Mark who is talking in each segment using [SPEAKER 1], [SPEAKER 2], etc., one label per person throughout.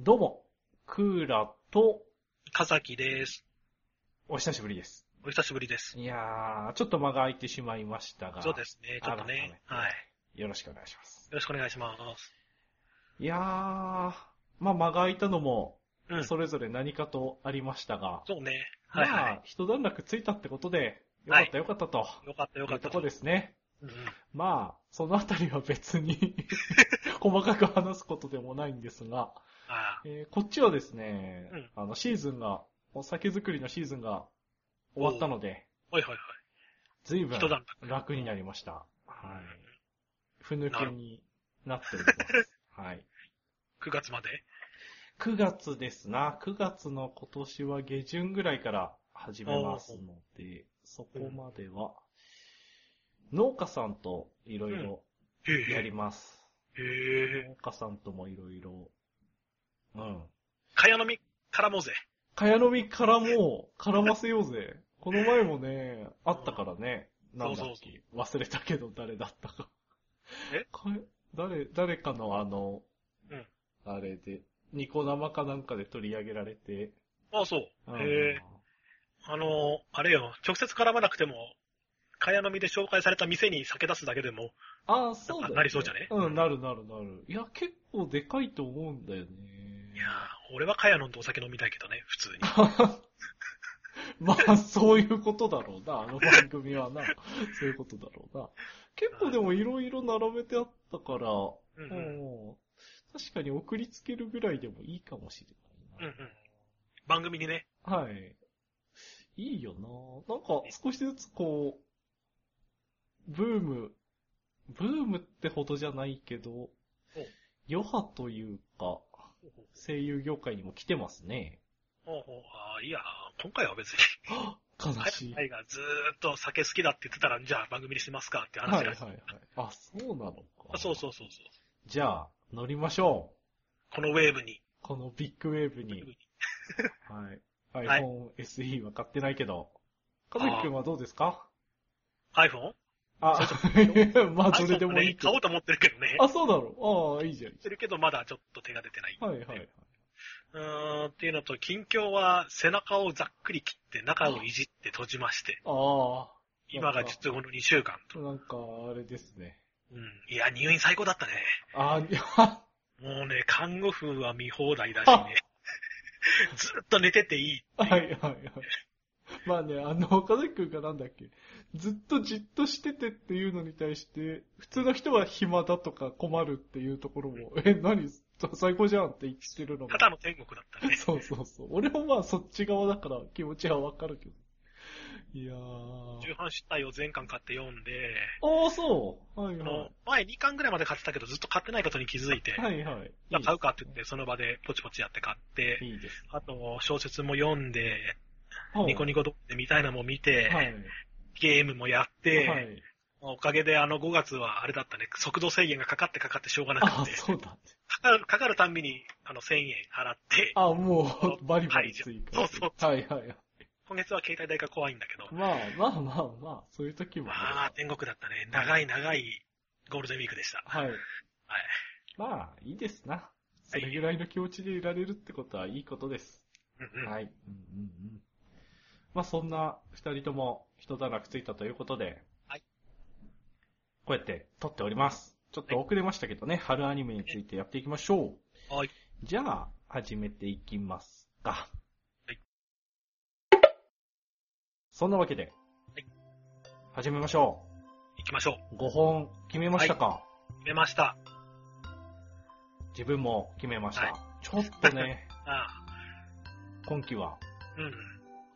[SPEAKER 1] どうも、クーラと、
[SPEAKER 2] かさきです。
[SPEAKER 1] お久しぶりです。
[SPEAKER 2] お久しぶりです。
[SPEAKER 1] いやー、ちょっと間が空いてしまいましたが、
[SPEAKER 2] そうですね、ちょっとね。
[SPEAKER 1] 改めて
[SPEAKER 2] はい。よ
[SPEAKER 1] よろしくお願いします。
[SPEAKER 2] ろしくお願いします。
[SPEAKER 1] いやー、まあ間が空いたのも、
[SPEAKER 2] うん。そ
[SPEAKER 1] それぞれ何かとありましたが、
[SPEAKER 2] うね。はい
[SPEAKER 1] ま
[SPEAKER 2] は
[SPEAKER 1] あ、一段落ついたってことで、よかったよかったと、
[SPEAKER 2] い。よかったよか
[SPEAKER 1] い
[SPEAKER 2] っ
[SPEAKER 1] うと
[SPEAKER 2] た。
[SPEAKER 1] こですね。
[SPEAKER 2] うん。
[SPEAKER 1] まあ、そのあたりは別 に、細かく話すことでもないんですが、
[SPEAKER 2] あ
[SPEAKER 1] えーこっちはですね、
[SPEAKER 2] うん
[SPEAKER 1] あの、シーズンが、お酒作りのシーズンが終わったので、
[SPEAKER 2] あ。はいはいはい。
[SPEAKER 1] 随分
[SPEAKER 2] 一段
[SPEAKER 1] 楽になりました。は
[SPEAKER 2] うん
[SPEAKER 1] い。ふぬけになってお ります。はい。
[SPEAKER 2] 9月まで。
[SPEAKER 1] 9月ですな。9月の今年は下旬ぐらいから始めますので、そこまでは、農家さんといろいろ
[SPEAKER 2] へ
[SPEAKER 1] や
[SPEAKER 2] え
[SPEAKER 1] ります。
[SPEAKER 2] へえ。
[SPEAKER 1] 農家さんともいろいろ、うん。
[SPEAKER 2] かやのみ絡もうぜ。
[SPEAKER 1] かやのみからも絡ませようぜ。この前もね、あったからね。なんだっ
[SPEAKER 2] そうそう
[SPEAKER 1] け忘れたけど誰だったか。
[SPEAKER 2] え
[SPEAKER 1] かえ誰、誰かのあの、
[SPEAKER 2] うん
[SPEAKER 1] あれで、ニコ生かなんかで取り上げられて。
[SPEAKER 2] ああ、そう。
[SPEAKER 1] うん
[SPEAKER 2] へえ。あのー、あれよ、直接絡まなくても、かやのみで紹介された店に酒出すだけでも、
[SPEAKER 1] ああ、そうだ、
[SPEAKER 2] なりそうじゃね
[SPEAKER 1] うん、なるなるなる。いや、結構でかいと思うんだよね。
[SPEAKER 2] いやー、俺はかやのんとお酒飲みたいけどね、普通に。
[SPEAKER 1] まあ、そういうことだろうな。あの番組はな。そういうことだろうな。結構でもいろいろ並べてあったから、
[SPEAKER 2] う ん
[SPEAKER 1] う
[SPEAKER 2] うん。
[SPEAKER 1] ん確かに送りつけるぐらいでもいいかもし
[SPEAKER 2] うんう
[SPEAKER 1] れない
[SPEAKER 2] ん。番組にね、
[SPEAKER 1] な。はい。いいよななんか少しずつこう、ブーム、ブームってほどじゃないけど、余波というか、声優業界にも来てますね。
[SPEAKER 2] ほうほう、ああ、いや、今回は別に。
[SPEAKER 1] 悲
[SPEAKER 2] はい
[SPEAKER 1] しい。
[SPEAKER 2] タイがずーっと酒好きだって言ってたら、じゃあ番組にしますかって話
[SPEAKER 1] は
[SPEAKER 2] が、
[SPEAKER 1] いはいはい。あ、そうなのか。
[SPEAKER 2] あそうそうそうそう。
[SPEAKER 1] じゃあ、乗りましょう。
[SPEAKER 2] このウェーブに。
[SPEAKER 1] このビッグウェーブ
[SPEAKER 2] ウェーブ
[SPEAKER 1] に。
[SPEAKER 2] に
[SPEAKER 1] はい。
[SPEAKER 2] はい
[SPEAKER 1] iPhone SE は買ってないけど。かずきくんはどうですか
[SPEAKER 2] iPhone?
[SPEAKER 1] あ、 まあ、それでもいいけ
[SPEAKER 2] iPhone
[SPEAKER 1] ど
[SPEAKER 2] 買おうと思ってるけどね。
[SPEAKER 1] あ、そうだろう。ああ、いいじゃん。いい
[SPEAKER 2] してるけど、まだちょっと手が出てない。
[SPEAKER 1] じゃんはいはいはい。
[SPEAKER 2] うーん、っていうのと、近況は背中をざっくり切って、中をいじって閉じまして、
[SPEAKER 1] あ
[SPEAKER 2] 今が術後の2週間と。
[SPEAKER 1] あ、なんか、あれですね。
[SPEAKER 2] うん。いや、入院最高だったね。
[SPEAKER 1] あ あ、
[SPEAKER 2] もうね、看護婦は見放題だしね。 ずーっと寝てていい。
[SPEAKER 1] はいはいはい。まあね、あの、岡崎くんがなんだっけ、ずっとじっとしててっていうのに対して、普通の人は暇だとか困るっていうところも、え、何最高じゃんって言ってるのが
[SPEAKER 2] た。だの天国だった ね。
[SPEAKER 1] そうそうそう。俺もまあそっち側だから気持ちはわかるけど。いやー。
[SPEAKER 2] 重版出体を全巻買って読んで、
[SPEAKER 1] ああ、そう。はい
[SPEAKER 2] あ
[SPEAKER 1] は
[SPEAKER 2] の、前2巻ぐらいまで買ってたけど、ずっと買ってないことに気づいて、
[SPEAKER 1] い。はいはい。
[SPEAKER 2] じゃあ買うかって言って、その場でポチポチやって買って、
[SPEAKER 1] いいです。
[SPEAKER 2] あと、小説も読んで、ニコ
[SPEAKER 1] ニ
[SPEAKER 2] ニコ動画でみたいなのも見て、
[SPEAKER 1] はい。
[SPEAKER 2] ゲームもやって、
[SPEAKER 1] はい。
[SPEAKER 2] おかげであの5月はあれだったね、速度制限がかかってかかってしょうがな
[SPEAKER 1] ああ、
[SPEAKER 2] くて、
[SPEAKER 1] そうだ。
[SPEAKER 2] かかる、かかるたんびに、あの、1000円払って、
[SPEAKER 1] ああ、もう、バリバリ追加。
[SPEAKER 2] はいそう
[SPEAKER 1] そう。はいはい。
[SPEAKER 2] 今月は携帯代が怖いんだけど、
[SPEAKER 1] まあまあまあまあ、そういう時も
[SPEAKER 2] ま
[SPEAKER 1] あ
[SPEAKER 2] あ、天国だったね。長い長いゴールデンウィークでした。
[SPEAKER 1] る。はい。
[SPEAKER 2] はい。
[SPEAKER 1] まあ、いいですな。それぐらいの気持ちでいられるってことはいいことです。
[SPEAKER 2] うんうん。
[SPEAKER 1] はい。うんうんうん。まあそんな二人とも人段落ついたということで、
[SPEAKER 2] はい。
[SPEAKER 1] こうやって撮っております。ちょっと遅れましたけどね、春アニメについてやっていきましょう。
[SPEAKER 2] はい。
[SPEAKER 1] じゃあ、始めていきますか。
[SPEAKER 2] はい。
[SPEAKER 1] そんなわけで、
[SPEAKER 2] はい。
[SPEAKER 1] 始めましょ
[SPEAKER 2] 行きましょう。
[SPEAKER 1] う。5本決めましたか、
[SPEAKER 2] 決めました。
[SPEAKER 1] 自分も決めました。
[SPEAKER 2] はい
[SPEAKER 1] ちょっとね、
[SPEAKER 2] あ
[SPEAKER 1] 今期は
[SPEAKER 2] あ、うん。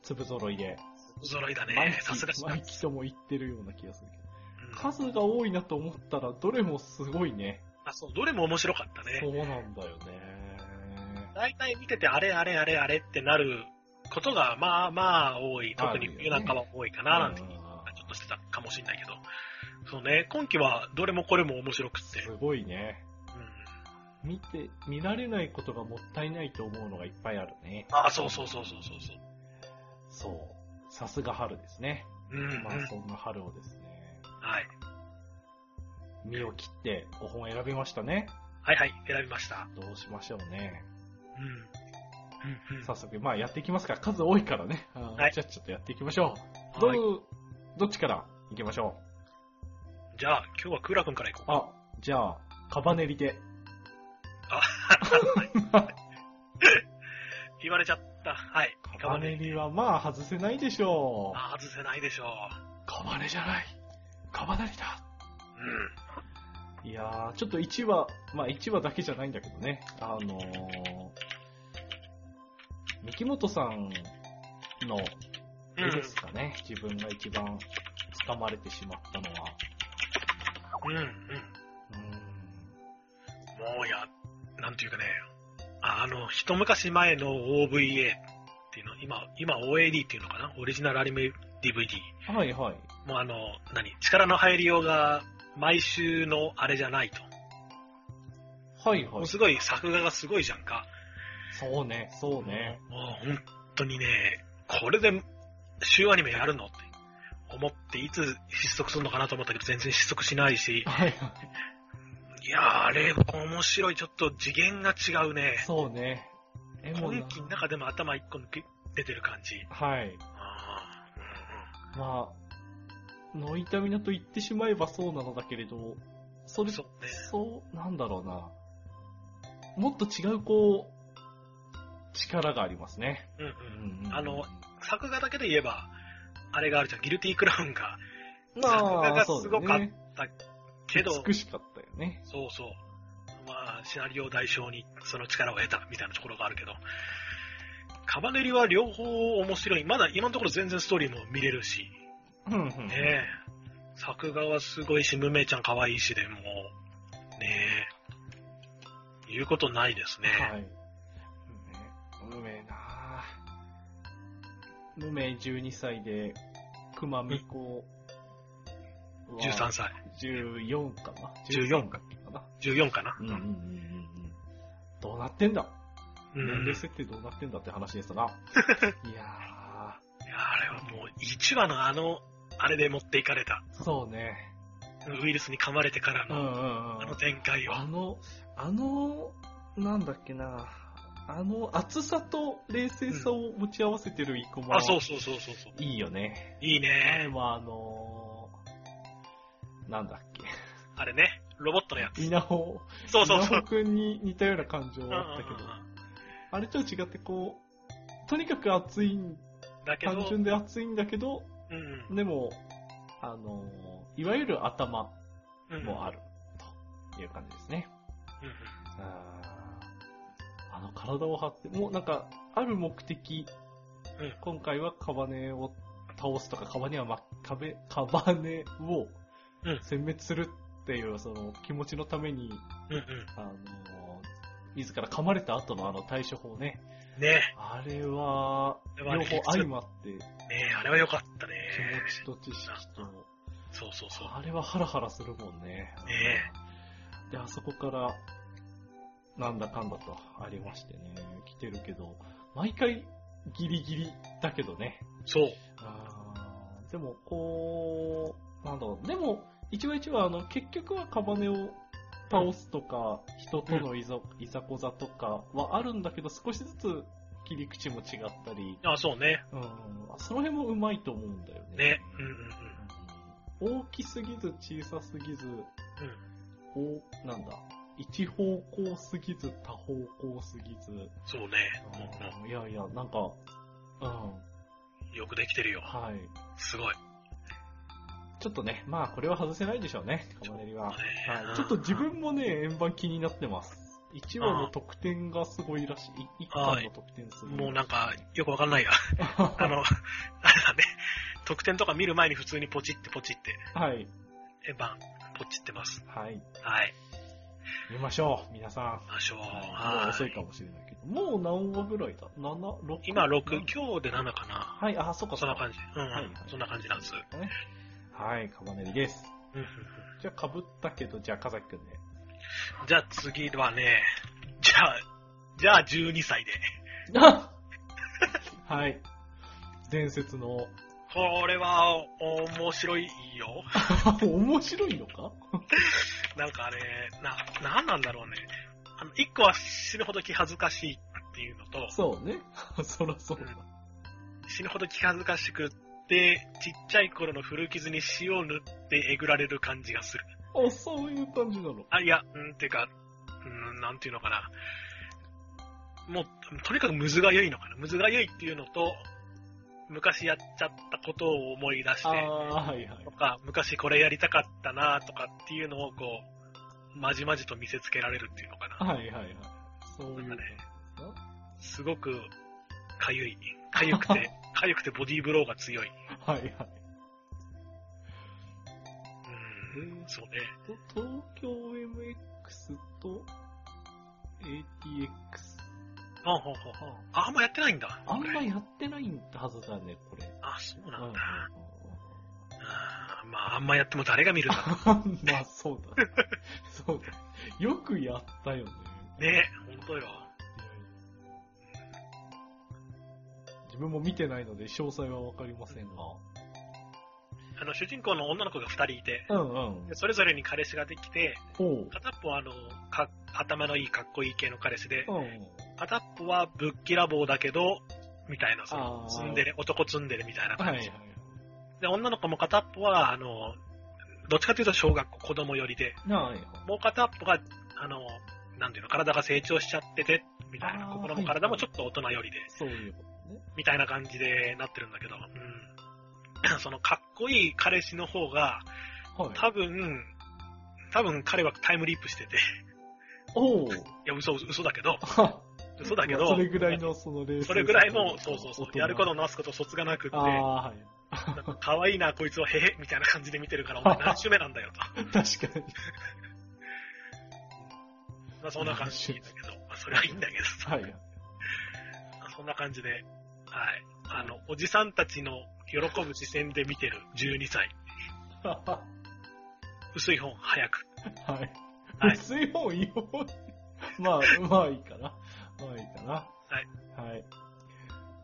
[SPEAKER 1] 粒揃いで、
[SPEAKER 2] お揃いだ
[SPEAKER 1] 毎
[SPEAKER 2] ね。
[SPEAKER 1] 期
[SPEAKER 2] さすがし、
[SPEAKER 1] 毎期とも言ってるような気がするけど。
[SPEAKER 2] うん
[SPEAKER 1] 数が多いなと思ったら、どれもすごいね。
[SPEAKER 2] あ、そう、どれも面白かった
[SPEAKER 1] そう
[SPEAKER 2] ね。
[SPEAKER 1] なんだよね。
[SPEAKER 2] 大体見てて、あれあれあれあれってなることが、まあまあ多い。特に冬なんかは多いかな、なんて、ちょっとしてたかもしれないけど。そうね、今期はどれもこれも面白くて。
[SPEAKER 1] すごいね。
[SPEAKER 2] うん。
[SPEAKER 1] 見て、見られないことがもったいないと思うのがいっぱいあるね。
[SPEAKER 2] あ、そうそうそうそうそうそう。
[SPEAKER 1] そう。さすが春ですね。
[SPEAKER 2] うん、うん。
[SPEAKER 1] まあそんな春をですね、
[SPEAKER 2] はい。
[SPEAKER 1] 身を切って5本選びましたね。
[SPEAKER 2] はいはい、選びました。
[SPEAKER 1] どうしましょうね。
[SPEAKER 2] うん。うんうん
[SPEAKER 1] 早速、まあやっていきますから、数多いからね。あー
[SPEAKER 2] はい
[SPEAKER 1] じゃあちょっとやっていきましょう。
[SPEAKER 2] はい
[SPEAKER 1] どう、どっちからいきましょ
[SPEAKER 2] じゃあ、今日はクーラ君から行
[SPEAKER 1] う。
[SPEAKER 2] こ
[SPEAKER 1] あ、じゃあ、カバネリで。
[SPEAKER 2] う。言われちゃった。はい。
[SPEAKER 1] カバネリはまあ外せないでしょう。
[SPEAKER 2] あー外せないでしょう。
[SPEAKER 1] カバネじゃない。カバネリだ。
[SPEAKER 2] うん。
[SPEAKER 1] いやー、ちょっと1話、まあ1話だけじゃないんだけどね。あのー、三木本さんの絵ですかね。自分が一番掴まれてしまったのは。
[SPEAKER 2] うん、うん。
[SPEAKER 1] う
[SPEAKER 2] もうや、なんていうかね、ああの、一昔前の OVA っていうの、今、今 OAD っていうのかなオリジナルアニメ DVD。
[SPEAKER 1] ーん。はいはい。
[SPEAKER 2] もうあの、何力の入りようが、毎週のあれじゃないと。
[SPEAKER 1] はい
[SPEAKER 2] も
[SPEAKER 1] は
[SPEAKER 2] う
[SPEAKER 1] い。
[SPEAKER 2] すごい、作画がすごいじゃんか。
[SPEAKER 1] そうね、そうね。
[SPEAKER 2] もう本当にね、これで週アニメやるのって思って、いつ失速するのかなと思ったけど、全然失速しないし、
[SPEAKER 1] はいはい
[SPEAKER 2] やー、あれ面白い。ちょっと次元が違うね
[SPEAKER 1] い。。そうね。 えもな
[SPEAKER 2] 今期の中でも頭一個抜け出てる感じ。
[SPEAKER 1] はい。
[SPEAKER 2] あー
[SPEAKER 1] まあ、ノイタミナと言ってしまえばそうなのだけれど、そ
[SPEAKER 2] うん
[SPEAKER 1] れ
[SPEAKER 2] そうね。
[SPEAKER 1] そう、なんだろうな。もっと違う、こう、力がありますね。
[SPEAKER 2] うんう。
[SPEAKER 1] うんんうん
[SPEAKER 2] あの、作画だけで言えば、あれがあるじゃん。ギルティークラウンが。作画
[SPEAKER 1] まあ、
[SPEAKER 2] が
[SPEAKER 1] そう
[SPEAKER 2] すごか
[SPEAKER 1] だ
[SPEAKER 2] っ
[SPEAKER 1] ね。
[SPEAKER 2] けど、
[SPEAKER 1] 美しかったよね。
[SPEAKER 2] そうそう。まあ、シナリオを代償にその力を得たみたいなところがあるけど、カバネリは両方面白い。まだ今のところ全然ストーリーも見れるし、
[SPEAKER 1] うんうん。
[SPEAKER 2] ねえ。作画はすごいし、ムメイちゃん可愛いしでもう、ねえ。言うことないですね。
[SPEAKER 1] はい。無名、無名なあ無名12歳で、熊美子は
[SPEAKER 2] 13歳。
[SPEAKER 1] 14かな
[SPEAKER 2] 14
[SPEAKER 1] かな
[SPEAKER 2] 14かな。
[SPEAKER 1] うんうんうんうんうん。どうなってんだ
[SPEAKER 2] うん。
[SPEAKER 1] 年
[SPEAKER 2] い
[SPEAKER 1] 齢
[SPEAKER 2] や、
[SPEAKER 1] 設定どうなってんだって話で したな。いや
[SPEAKER 2] あれはもう、1話のあの、あれで持っていかれた。
[SPEAKER 1] ー、そうね。
[SPEAKER 2] ウイルスに噛まれてから
[SPEAKER 1] うん
[SPEAKER 2] の、
[SPEAKER 1] うんうん
[SPEAKER 2] あの展開を。
[SPEAKER 1] あの、あの、なんだっけな、あの、厚さと冷静さを持ち合わせてるイコマは
[SPEAKER 2] あ、そうそうそうそうそう。
[SPEAKER 1] いいよね。
[SPEAKER 2] いい
[SPEAKER 1] 前
[SPEAKER 2] ね
[SPEAKER 1] はあのー、なんだっ
[SPEAKER 2] あれね、ロボットのや
[SPEAKER 1] け、稲穂、
[SPEAKER 2] つ。そうそうそう
[SPEAKER 1] 稲。穂くんに似たような感情
[SPEAKER 2] うんうん
[SPEAKER 1] はあったけど、
[SPEAKER 2] うん
[SPEAKER 1] あれとは違ってこう、とにかく熱いん、
[SPEAKER 2] だけど、
[SPEAKER 1] 単純で熱いんだけど、
[SPEAKER 2] うん
[SPEAKER 1] でも、あのー、いわゆる頭
[SPEAKER 2] うん。
[SPEAKER 1] もあ
[SPEAKER 2] る。
[SPEAKER 1] る、という感じですね。
[SPEAKER 2] うんうん
[SPEAKER 1] あーあの体を張って、もうなんか、ある目的、
[SPEAKER 2] うん
[SPEAKER 1] 今回はカバネを倒すとか、カバネは、ま、壁、カバネを
[SPEAKER 2] うん
[SPEAKER 1] 殲滅するっていう、その気持ちのために、
[SPEAKER 2] うんう
[SPEAKER 1] あのー自ら噛まれた後のあの対処法ね。
[SPEAKER 2] ん。ね
[SPEAKER 1] あれは、
[SPEAKER 2] あれ
[SPEAKER 1] 両
[SPEAKER 2] は
[SPEAKER 1] 方相まって、気持
[SPEAKER 2] え、ねえ、あれは良かったね。
[SPEAKER 1] ちと知識と、
[SPEAKER 2] そうそうそう。
[SPEAKER 1] あれはハラハラするもんね。
[SPEAKER 2] ね
[SPEAKER 1] で、あそこから、なんだかんだとありましてね、来てるけど、毎回ギリギリだけどね。
[SPEAKER 2] そう。
[SPEAKER 1] あーでも、こう、なんだろう、でも、一話一話、あの、結局はカバネを倒すとか、人とのいざいざこざとかはあるんだけど、少しずつ切り口も違ったり、
[SPEAKER 2] あ、そうね。
[SPEAKER 1] うん、その辺もうまいと思うんだよね。
[SPEAKER 2] ね。うんうんうん。
[SPEAKER 1] 大きすぎず小さすぎず、こうなんだ、一方向すぎず多方向すぎず、
[SPEAKER 2] そうね。うん
[SPEAKER 1] いやいや、なんか、うん、
[SPEAKER 2] うんよくできてるよ。
[SPEAKER 1] はい。
[SPEAKER 2] すごい。
[SPEAKER 1] ちょっとね、まあこれは外せないでしょうね、カマネリは。は
[SPEAKER 2] そうね
[SPEAKER 1] い、ちょっと自分もね、円盤気になってます。1話の得点がすごいらしい。1
[SPEAKER 2] は
[SPEAKER 1] 話
[SPEAKER 2] い
[SPEAKER 1] の得点すごい。
[SPEAKER 2] もうなん か、よくわかんないや。あの、あれ だね。得点とか見る前に普通にポチってポチって、
[SPEAKER 1] はい。
[SPEAKER 2] え、バン、ポチってます。
[SPEAKER 1] はい。
[SPEAKER 2] はい。
[SPEAKER 1] 見ましょう、皆さん。
[SPEAKER 2] ましょう。
[SPEAKER 1] はいもう遅いかもしれないけど。もう何話ぐらいだ ?7、6?
[SPEAKER 2] 今6、今日で7かな。
[SPEAKER 1] はい、あ、そうか、
[SPEAKER 2] そんな
[SPEAKER 1] うか
[SPEAKER 2] 感じ。うん、うん
[SPEAKER 1] はいはい
[SPEAKER 2] そんな感じなんです。うん
[SPEAKER 1] ねはい、カバネリです。
[SPEAKER 2] うんうん
[SPEAKER 1] じゃあ、かぶったけど、じゃあ、かざきくんで。
[SPEAKER 2] じゃあ次はね、じゃあ、じゃあ12歳で。
[SPEAKER 1] はい。伝説の、
[SPEAKER 2] これは面白いよ。
[SPEAKER 1] 面白いのか
[SPEAKER 2] なんかあれ、な、なんなんだろうね。あの、一個は死ぬほど気恥ずかしいっっていうのと、
[SPEAKER 1] そうね。 そらそうだ。
[SPEAKER 2] 死ぬほど気恥ずかしくって、ちっちゃい頃の古傷に塩を塗ってえぐられる感じがする。
[SPEAKER 1] あ、そういう感じなの。
[SPEAKER 2] あ、いや、うん、てか、うん、なんていうのかな。もう、とにかくむずがゆいのかな。むずがゆいっていうのと、昔やっちゃったことを思い出し
[SPEAKER 1] あ
[SPEAKER 2] て、
[SPEAKER 1] あー、はいはい
[SPEAKER 2] と。か、昔これやりたかったなとかっていうのをこう、まじまじと見せつけられるっていうのかな。
[SPEAKER 1] はいはいはい。そういう感じですか
[SPEAKER 2] すごく、かゆい。かゆ くて、かゆくてボディーブローが強い。
[SPEAKER 1] はいはい。
[SPEAKER 2] うん、そうね。
[SPEAKER 1] と東京 MX と ATX。
[SPEAKER 2] あ、ほうほうほうああんまやってないんだ。
[SPEAKER 1] あんまやってないんだはずだね、これ。
[SPEAKER 2] あ、そう
[SPEAKER 1] う
[SPEAKER 2] なん
[SPEAKER 1] ん
[SPEAKER 2] だ。あーまあ、あんまやっても誰が見るんだ ろ
[SPEAKER 1] まあ、そうだ。そうだ。よくやったよね。
[SPEAKER 2] う。ね本当よ。
[SPEAKER 1] 自分も見てないので詳細はわかりませんが。
[SPEAKER 2] あの、主人公の女の子が二人いて、
[SPEAKER 1] うんうん
[SPEAKER 2] で。それぞれに彼氏ができて、
[SPEAKER 1] ほう。
[SPEAKER 2] 片っぽはあの、か、頭のいいかっこいい系の彼氏で、
[SPEAKER 1] うん。
[SPEAKER 2] 片っぽはぶっきらぼうだけど、みたいな、そ
[SPEAKER 1] あー
[SPEAKER 2] の、ツンデレ、男ツンデレみたいな
[SPEAKER 1] はい
[SPEAKER 2] 感
[SPEAKER 1] は
[SPEAKER 2] じ。
[SPEAKER 1] い。
[SPEAKER 2] で、女の子も片っぽは、あの、どっちかというと小学校子供寄りで、
[SPEAKER 1] はいはい。
[SPEAKER 2] もう片っぽが、あの、なんていうの、体が成長しちゃってて、みたいな、
[SPEAKER 1] あー
[SPEAKER 2] 心
[SPEAKER 1] は
[SPEAKER 2] も
[SPEAKER 1] い
[SPEAKER 2] 体もちょっと大人寄りで、
[SPEAKER 1] そういうことね。
[SPEAKER 2] みたいな感じでなってるんだけど、うん。 その、かっこいい彼氏の方が、
[SPEAKER 1] はい。
[SPEAKER 2] 多分、多分彼はタイムリープしてて、い
[SPEAKER 1] おう。
[SPEAKER 2] や、嘘、嘘だけど、
[SPEAKER 1] は
[SPEAKER 2] 嘘だけど、
[SPEAKER 1] それぐら いの、そのレース。
[SPEAKER 2] それぐらいの、そうそうそう、やること
[SPEAKER 1] の。
[SPEAKER 2] をなすこと、そつがなくって、
[SPEAKER 1] ああ、はい。
[SPEAKER 2] 可愛いな、こいつは、へへ、みたいな感じで見てるから、お 前何周目なんだよと。
[SPEAKER 1] 確かに。
[SPEAKER 2] まあ、そんな感じだけど、 まあ、それはいいんだけどさ、
[SPEAKER 1] はい。
[SPEAKER 2] そんな感じで、はい。あの、おじさんたちの喜ぶ視線で見てる12歳。
[SPEAKER 1] は
[SPEAKER 2] 薄い本、早 く。
[SPEAKER 1] い。
[SPEAKER 2] はい
[SPEAKER 1] 薄い方いい方。まあ、まあいいかな。まあいいかな。はい。はい。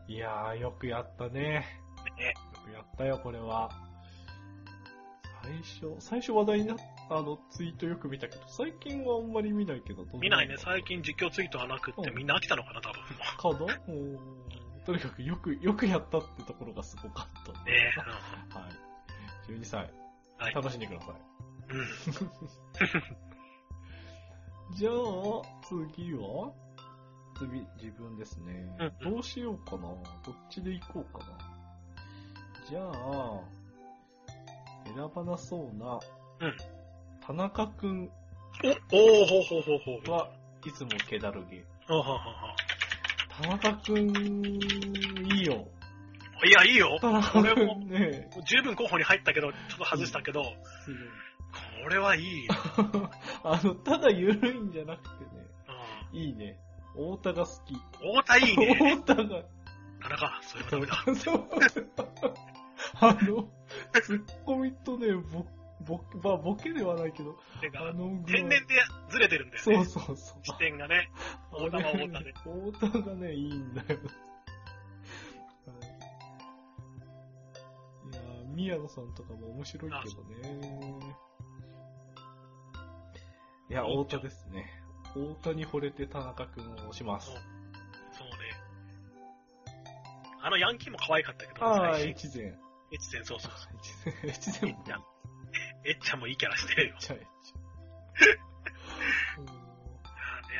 [SPEAKER 1] いやー、よくやったね。
[SPEAKER 2] ね、
[SPEAKER 1] よくやったよ、これは。最初、最初話題になった、あの、ツイートよく見たけど、最近はあんまり見ないけど、どう
[SPEAKER 2] 見ないね、
[SPEAKER 1] かな
[SPEAKER 2] 最近実況ツイートがなくって、
[SPEAKER 1] うん
[SPEAKER 2] みんな飽きたのかな、多分。
[SPEAKER 1] かなうんとにかくよく、よくやったってところがすごかったね。
[SPEAKER 2] ね
[SPEAKER 1] はい。12歳、
[SPEAKER 2] うんはい。
[SPEAKER 1] 楽しんでください。
[SPEAKER 2] うん。
[SPEAKER 1] じゃあ、次は次、自分ですね。
[SPEAKER 2] うんうん
[SPEAKER 1] どうしようかな。どっちで行こうかな。じゃあ、選ばなそうな、
[SPEAKER 2] うん
[SPEAKER 1] 田中くん
[SPEAKER 2] お、おー、ほうほうほうほう。ほう
[SPEAKER 1] はいつも気だるげ。
[SPEAKER 2] ほうほうほ
[SPEAKER 1] 田中くん、いいよ。
[SPEAKER 2] う。いや、いいよ。
[SPEAKER 1] 田中
[SPEAKER 2] 俺
[SPEAKER 1] く
[SPEAKER 2] も
[SPEAKER 1] ん ね、
[SPEAKER 2] 十分候補に入ったけど、ちょっと外したけど、
[SPEAKER 1] すごい。
[SPEAKER 2] これはいいよ。
[SPEAKER 1] あの、ただ緩いんじゃなくてね、
[SPEAKER 2] う
[SPEAKER 1] いいね。太田が好き。
[SPEAKER 2] ん。太田い いね。
[SPEAKER 1] 太田が、
[SPEAKER 2] 田中、それはダメだ。
[SPEAKER 1] そう。あの、ツッコミとね、ぼ、ぼ、まあ、ボケではないけど、
[SPEAKER 2] てか
[SPEAKER 1] あのぐらい
[SPEAKER 2] 天然でずれてるんだよ
[SPEAKER 1] そう
[SPEAKER 2] ね。
[SPEAKER 1] そうそう。
[SPEAKER 2] 視点がね。太田は太田で
[SPEAKER 1] 太田がね、いいんだよ。はいいやー宮野さんとかも面白いけどね。いや、太田ですね。太田に惚れて田中くんを押します。
[SPEAKER 2] そうね。あのヤンキーも可愛かったけど、
[SPEAKER 1] ああ、
[SPEAKER 2] 最
[SPEAKER 1] 越前。
[SPEAKER 2] 新越前そうそう。
[SPEAKER 1] 越前。越前もいいな。
[SPEAKER 2] えっちゃんもいいキャラしてるよ。
[SPEAKER 1] ちゃえちゃうん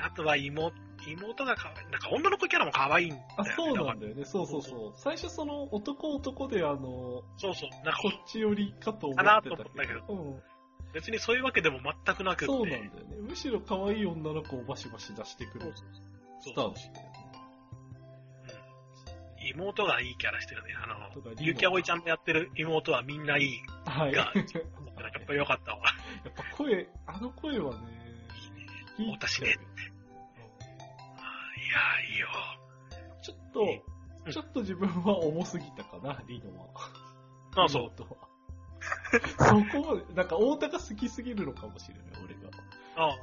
[SPEAKER 2] あとは妹、妹が可愛い。なんか女の子キャラも可愛いんだよ、
[SPEAKER 1] あ、
[SPEAKER 2] ね。
[SPEAKER 1] そうな
[SPEAKER 2] だ
[SPEAKER 1] ん
[SPEAKER 2] か
[SPEAKER 1] だよね。そうそうそう。最初その男男であの、
[SPEAKER 2] らそうそう。なんか
[SPEAKER 1] こっち寄りかと思ってた
[SPEAKER 2] かなと思った
[SPEAKER 1] け
[SPEAKER 2] け
[SPEAKER 1] ど。うん。
[SPEAKER 2] 別にそういうわけでも全くなくって。
[SPEAKER 1] そうなんだよね。むしろ可愛い女の子をバシバシ出してくる
[SPEAKER 2] そう
[SPEAKER 1] スタートして
[SPEAKER 2] 妹がいいキャラしてるね。あの、
[SPEAKER 1] とかリノ
[SPEAKER 2] ゆきあおいちゃんのやってる妹はみんないい。
[SPEAKER 1] はい。 や
[SPEAKER 2] が
[SPEAKER 1] っぱ
[SPEAKER 2] やっぱ良かったわ。
[SPEAKER 1] 声、あの声はね、いい
[SPEAKER 2] 私ねいや、いいよ。
[SPEAKER 1] ちょっと、ちょっと自分は重すぎたかな、リノは。
[SPEAKER 2] あ、そう。
[SPEAKER 1] リノとは。 そこまで、なんか大田が好きすぎるのかもしれない、俺が。
[SPEAKER 2] あ、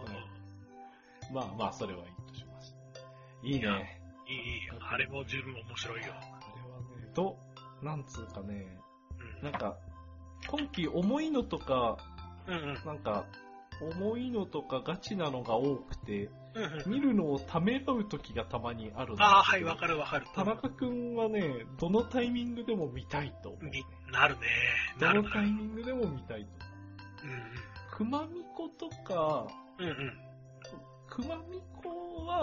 [SPEAKER 1] まあまあ、それはいいとしましょう。いい
[SPEAKER 2] いや
[SPEAKER 1] ね。
[SPEAKER 2] いい、いい。あれも十分面白いよ。
[SPEAKER 1] あれはね、と、なんつうかね、
[SPEAKER 2] うん
[SPEAKER 1] なんか、今季重いのとか、
[SPEAKER 2] うんうん。
[SPEAKER 1] なんか、重いのとかガチなのが多くて、
[SPEAKER 2] うんうん
[SPEAKER 1] 見るのをためらう時がたまにあるんですけど
[SPEAKER 2] ああ、はい、わかるわかる。
[SPEAKER 1] 田中くんはね、どのタイミングでも見たいと思う。
[SPEAKER 2] みなるね。
[SPEAKER 1] ど
[SPEAKER 2] なる
[SPEAKER 1] の
[SPEAKER 2] な
[SPEAKER 1] タ
[SPEAKER 2] る。
[SPEAKER 1] イミングでも見たいと思う。熊みことか、
[SPEAKER 2] うんうん。うんうん。
[SPEAKER 1] 熊みこは、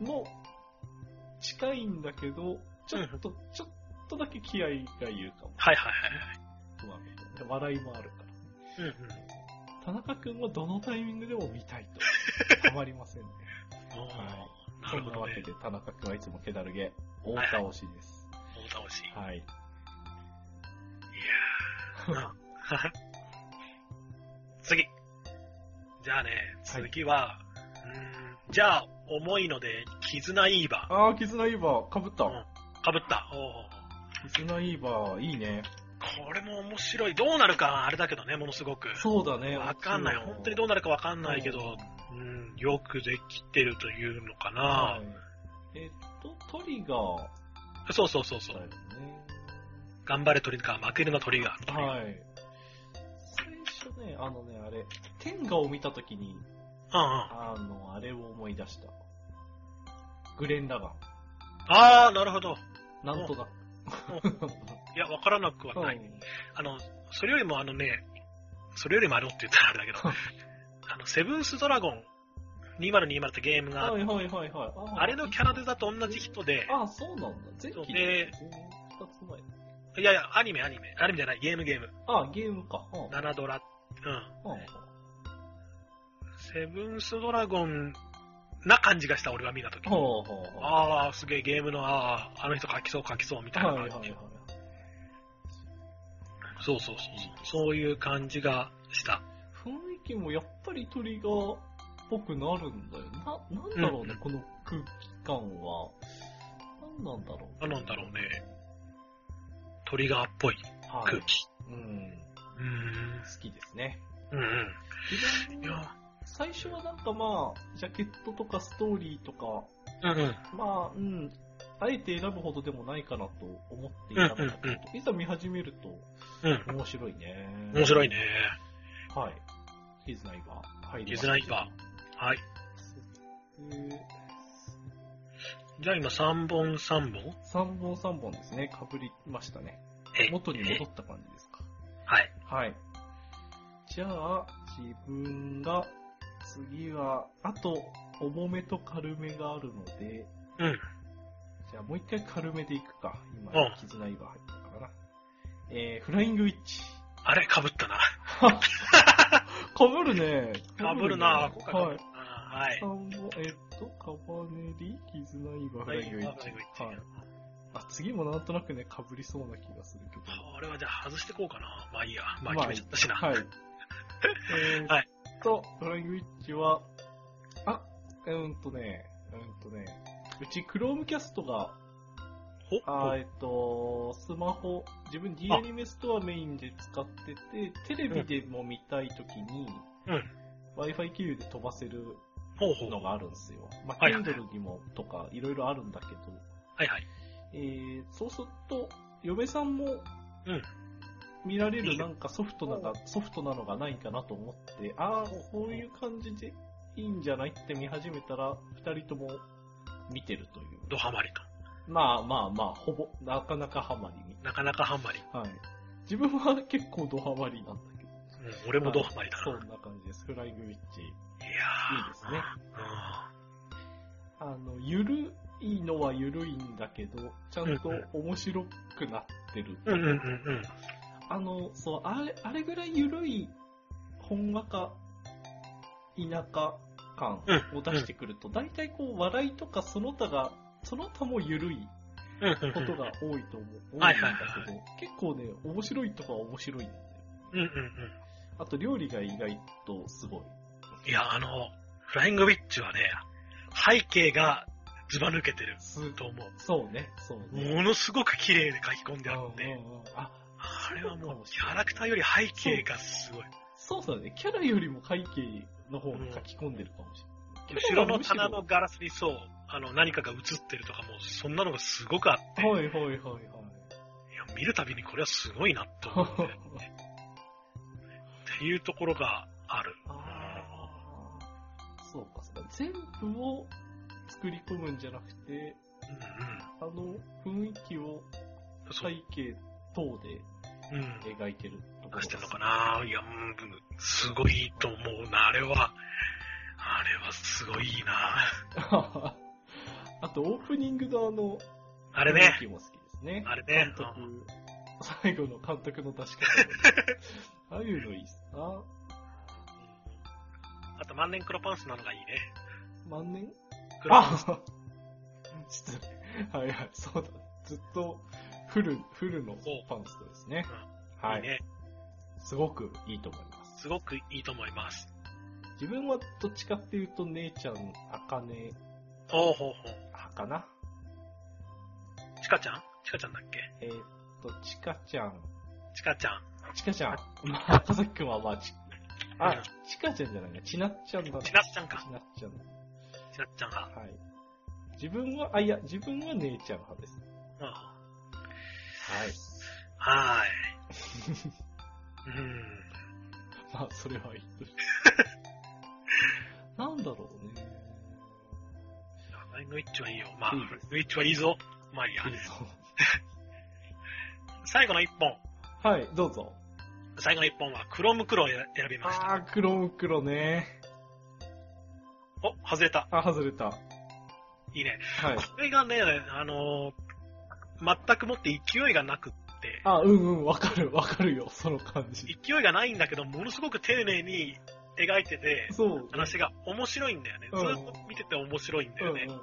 [SPEAKER 1] もう、近いんだけど、ちょっと、ちょっとだけ気合がいるかも。
[SPEAKER 2] はいはいはい
[SPEAKER 1] 熊みこ。笑いもあるから。
[SPEAKER 2] はい。うんうん。
[SPEAKER 1] 田中くんはどのタイミングでも見たい と。たまりませんね。
[SPEAKER 2] おー
[SPEAKER 1] はい。
[SPEAKER 2] な
[SPEAKER 1] そ
[SPEAKER 2] る
[SPEAKER 1] ん
[SPEAKER 2] ほ
[SPEAKER 1] な
[SPEAKER 2] ど
[SPEAKER 1] わ
[SPEAKER 2] ね
[SPEAKER 1] け。で、田中くんはいつもけだるげ、大倒しです。
[SPEAKER 2] 大倒し。い
[SPEAKER 1] はい。
[SPEAKER 2] やーな次。じゃあね、次は、うーんじゃあ、重いので、絆イーバ
[SPEAKER 1] あー、絆イーバー、かぶった。
[SPEAKER 2] ー。かぶった。おー
[SPEAKER 1] 絆イーバー、いいね。
[SPEAKER 2] これも面白い。どうなるか、あれだけどね、ものすごく。
[SPEAKER 1] そうだね。
[SPEAKER 2] わかんない。本当にどうなるかわかんないけど、うん、よくできてるというのか
[SPEAKER 1] は
[SPEAKER 2] な。
[SPEAKER 1] い。えっと、トリガー
[SPEAKER 2] そうそうそうそ
[SPEAKER 1] だよ
[SPEAKER 2] う。
[SPEAKER 1] ね。
[SPEAKER 2] 頑張れ鳥か、負けるな鳥が。
[SPEAKER 1] はい。最初ね、あのね、あれ、天下を見たときに、
[SPEAKER 2] うんうん。
[SPEAKER 1] あの、あれを思い出した。グレン・ラガ
[SPEAKER 2] ああ、なるほど。
[SPEAKER 1] ン。なんとなく。
[SPEAKER 2] いや、わからなくはない。あの、それよりもあのね、それよりもあのって言ったらあれだけど、 あの、セブンスドラゴン2020ってゲームがあっ
[SPEAKER 1] は
[SPEAKER 2] て、
[SPEAKER 1] いはいはいはい。ー
[SPEAKER 2] あれのキャラデザと同じ人で、
[SPEAKER 1] あ、そうなんだ。前期
[SPEAKER 2] で
[SPEAKER 1] 前期二つ前。
[SPEAKER 2] いやいや、アニメアニメ、アニメじゃない、ゲームゲーム、
[SPEAKER 1] あ、ゲームか。うん
[SPEAKER 2] 7ドラ、うん。
[SPEAKER 1] うん
[SPEAKER 2] セブンスドラゴンな感じがした、俺は見たとき。
[SPEAKER 1] ほうほうほう
[SPEAKER 2] ああ、すげえゲームの、ああ、あの人書きそう書きそうみたいな
[SPEAKER 1] はい
[SPEAKER 2] 感
[SPEAKER 1] はい
[SPEAKER 2] じ。
[SPEAKER 1] はい。
[SPEAKER 2] そうそうそうそう。そういう感じがした。
[SPEAKER 1] 雰囲気もやっぱりトリガーっぽくなるんだよ。な、なんだろうね、
[SPEAKER 2] うん
[SPEAKER 1] この空気感は。なんなんだろう。
[SPEAKER 2] なんなんだろうね。トリガーっぽい
[SPEAKER 1] は
[SPEAKER 2] 空
[SPEAKER 1] い。
[SPEAKER 2] 気。
[SPEAKER 1] うん。
[SPEAKER 2] うーん。
[SPEAKER 1] 好きですね。
[SPEAKER 2] うんうん。
[SPEAKER 1] 非常
[SPEAKER 2] い
[SPEAKER 1] に
[SPEAKER 2] や、
[SPEAKER 1] 最初はなんかまあ、ジャケットとかストーリーとか、
[SPEAKER 2] うんうん。
[SPEAKER 1] まあ、うん、あえて選ぶほどでもないかなと思っていたんだけ
[SPEAKER 2] うんうん
[SPEAKER 1] ど、いざ見始めると
[SPEAKER 2] うん。
[SPEAKER 1] 面白いね。
[SPEAKER 2] 面白いね。
[SPEAKER 1] はい。ヒズナイバー。はい。
[SPEAKER 2] 絆以下。はい。じゃあ今3本3本
[SPEAKER 1] 3本3本ですね。かぶりましたね。
[SPEAKER 2] え
[SPEAKER 1] 元に戻った感じですか。
[SPEAKER 2] はい。
[SPEAKER 1] はい。じゃあ、自分が、次は、あと、重めと軽めがあるので、
[SPEAKER 2] うん。うん。
[SPEAKER 1] じゃあもう一回軽めでいくか。今
[SPEAKER 2] うん、
[SPEAKER 1] 絆イバー入ったからな。えー、フライングウィッチ。
[SPEAKER 2] あれ、被ったな。
[SPEAKER 1] かぶるね。
[SPEAKER 2] 被る
[SPEAKER 1] 被
[SPEAKER 2] な。今
[SPEAKER 1] るねは
[SPEAKER 2] 回
[SPEAKER 1] い
[SPEAKER 2] 被っ。たな。はい。
[SPEAKER 1] 三本、えっと、カバネリ、絆イバー、フライングウィッチ。
[SPEAKER 2] は
[SPEAKER 1] はいい。あ、次もなんとなくね、被りそうな気がするけど。
[SPEAKER 2] これはじゃあ外してこうかな。まあいいや。まあ
[SPEAKER 1] まあ
[SPEAKER 2] 決めちゃったしな。
[SPEAKER 1] はい。 えー
[SPEAKER 2] は
[SPEAKER 1] っ
[SPEAKER 2] い
[SPEAKER 1] と、フライングウィッチは、あ、うーんとね、うーんとね、うちクロームキャストが、
[SPEAKER 2] ほ
[SPEAKER 1] あーえっと、スマホ、自分 D
[SPEAKER 2] あ
[SPEAKER 1] アニメストアメインで使ってて、テレビでも見たいときに、
[SPEAKER 2] うん
[SPEAKER 1] Wi-Fi 経由で飛ばせる
[SPEAKER 2] ほうほう。
[SPEAKER 1] のがあるんですよ。まあ、
[SPEAKER 2] はいはい
[SPEAKER 1] Kindle にもとか、いろいろあるんだけど、
[SPEAKER 2] はいはい。
[SPEAKER 1] えー、そうすると、嫁さんも
[SPEAKER 2] うん。
[SPEAKER 1] 見られるなんかソフトながソフトなのがないかなと思って、ああ、こういう感じでいいんじゃないって見始めたら、二人とも見てるという。
[SPEAKER 2] ドハマりと。
[SPEAKER 1] まあまあまあ、ほぼ、なかなかハマりみ
[SPEAKER 2] なかなかハマり。
[SPEAKER 1] はい。自分は結構ドハマりなんだけど。
[SPEAKER 2] うん。俺もドハマりだな。
[SPEAKER 1] そ
[SPEAKER 2] いや
[SPEAKER 1] んな感じです。フライングウィッチ。
[SPEAKER 2] ー
[SPEAKER 1] いいですね。
[SPEAKER 2] う
[SPEAKER 1] あの、ゆるいのはゆるいんだけど、ちゃんと
[SPEAKER 2] うん
[SPEAKER 1] 面白くなってる。
[SPEAKER 2] んうんうんうんうん。
[SPEAKER 1] あの、そう、あれ、あれぐらい緩い、ほんわか、田舎感を出してくると、大体こう、笑いとかその他が、その他も緩い
[SPEAKER 2] うんうんうん
[SPEAKER 1] ことが多いと思う。多いんだ
[SPEAKER 2] はいはいはい
[SPEAKER 1] けど、結構ね、面白いとか面白いんだよ。
[SPEAKER 2] うんうん
[SPEAKER 1] あと、料理が意外とすごい。
[SPEAKER 2] うん。いや、あの、フライングウィッチはね、背景がずば抜けてる
[SPEAKER 1] す
[SPEAKER 2] と思う。
[SPEAKER 1] そうね、そうね。
[SPEAKER 2] ものすごく綺麗で書き込んであっ
[SPEAKER 1] うん
[SPEAKER 2] て、
[SPEAKER 1] うんうんあ、
[SPEAKER 2] あれはもうキャラクターより背景がすごい。
[SPEAKER 1] そうだね。キャラよりも背景の方に書き込んでるかもしれない。
[SPEAKER 2] 後ろの棚のガラスにそう、あの、何かが映ってるとかも、そんなのがすごくあって、い
[SPEAKER 1] はいはいはいはい。
[SPEAKER 2] や、見るたびにこれはすごいなと思 って、っていうところがある。
[SPEAKER 1] あーそうか、そうか。全部を作り込むんじゃなくて、あの、雰囲気を
[SPEAKER 2] そう
[SPEAKER 1] 背景等で
[SPEAKER 2] うん。
[SPEAKER 1] 描いてるところ
[SPEAKER 2] 出して
[SPEAKER 1] で
[SPEAKER 2] ん
[SPEAKER 1] す
[SPEAKER 2] のかないや、うん、すごいと思うな、あれは。あれはすごいな。
[SPEAKER 1] あと、オープニングのあの、
[SPEAKER 2] あれ
[SPEAKER 1] 雰囲
[SPEAKER 2] ね、
[SPEAKER 1] 気も好きですね。
[SPEAKER 2] あれね
[SPEAKER 1] 監、督、最後の監督の出し方。 ああいうのいいっすな。
[SPEAKER 2] あと万年黒パンツなのがいいね。
[SPEAKER 1] 万年
[SPEAKER 2] 黒パンツ。
[SPEAKER 1] あ失礼。はいはい、そうだ。ずっと、フル、フルのパンツですね。はい
[SPEAKER 2] いね。
[SPEAKER 1] すごくいいと思います。
[SPEAKER 2] すごくいいと思います。
[SPEAKER 1] 自分はどっちかっていうと、姉ちゃん、あかね
[SPEAKER 2] ほうほうほう。
[SPEAKER 1] 派かな。
[SPEAKER 2] チカちゃんチカちゃんだっけ
[SPEAKER 1] えーっと、ちかちゃん。
[SPEAKER 2] チカちゃん。
[SPEAKER 1] ちかちゃん。まあ、かさきくんはまあ、ち、あ
[SPEAKER 2] うん、
[SPEAKER 1] ちかちゃんじゃないね。ちなっちゃんだね。
[SPEAKER 2] ちなっちゃんか
[SPEAKER 1] ちなっちゃん。
[SPEAKER 2] チラッちゃんが。
[SPEAKER 1] はい。自分は、あ、いや、自分は姉ちゃん派です。
[SPEAKER 2] うん
[SPEAKER 1] はい。
[SPEAKER 2] はーい。 うん。
[SPEAKER 1] まあ、それはいい としてなんだろうね。
[SPEAKER 2] ライングイッチはいいよ。まあ、
[SPEAKER 1] いい
[SPEAKER 2] ライングイッチはいいぞ。まあいいや。
[SPEAKER 1] いいぞ。
[SPEAKER 2] 最後の一本。
[SPEAKER 1] はい、どうぞ。
[SPEAKER 2] 最後の一本は、クロムクロを選びました。
[SPEAKER 1] あー、黒ム黒ね。
[SPEAKER 2] お、外れた。
[SPEAKER 1] あ、外れた。はい
[SPEAKER 2] いね。。これがね、あのー全くもって勢いがなくって、
[SPEAKER 1] あ、うんうん、わかる、わかるよ、その感じ。
[SPEAKER 2] 勢いがないんだけど、ものすごく丁寧に描いてて、
[SPEAKER 1] そう。
[SPEAKER 2] 話が面白いんだよね。
[SPEAKER 1] うん
[SPEAKER 2] ずっと見てて面白いんだ
[SPEAKER 1] うんう
[SPEAKER 2] よ
[SPEAKER 1] んう
[SPEAKER 2] ね。
[SPEAKER 1] ん。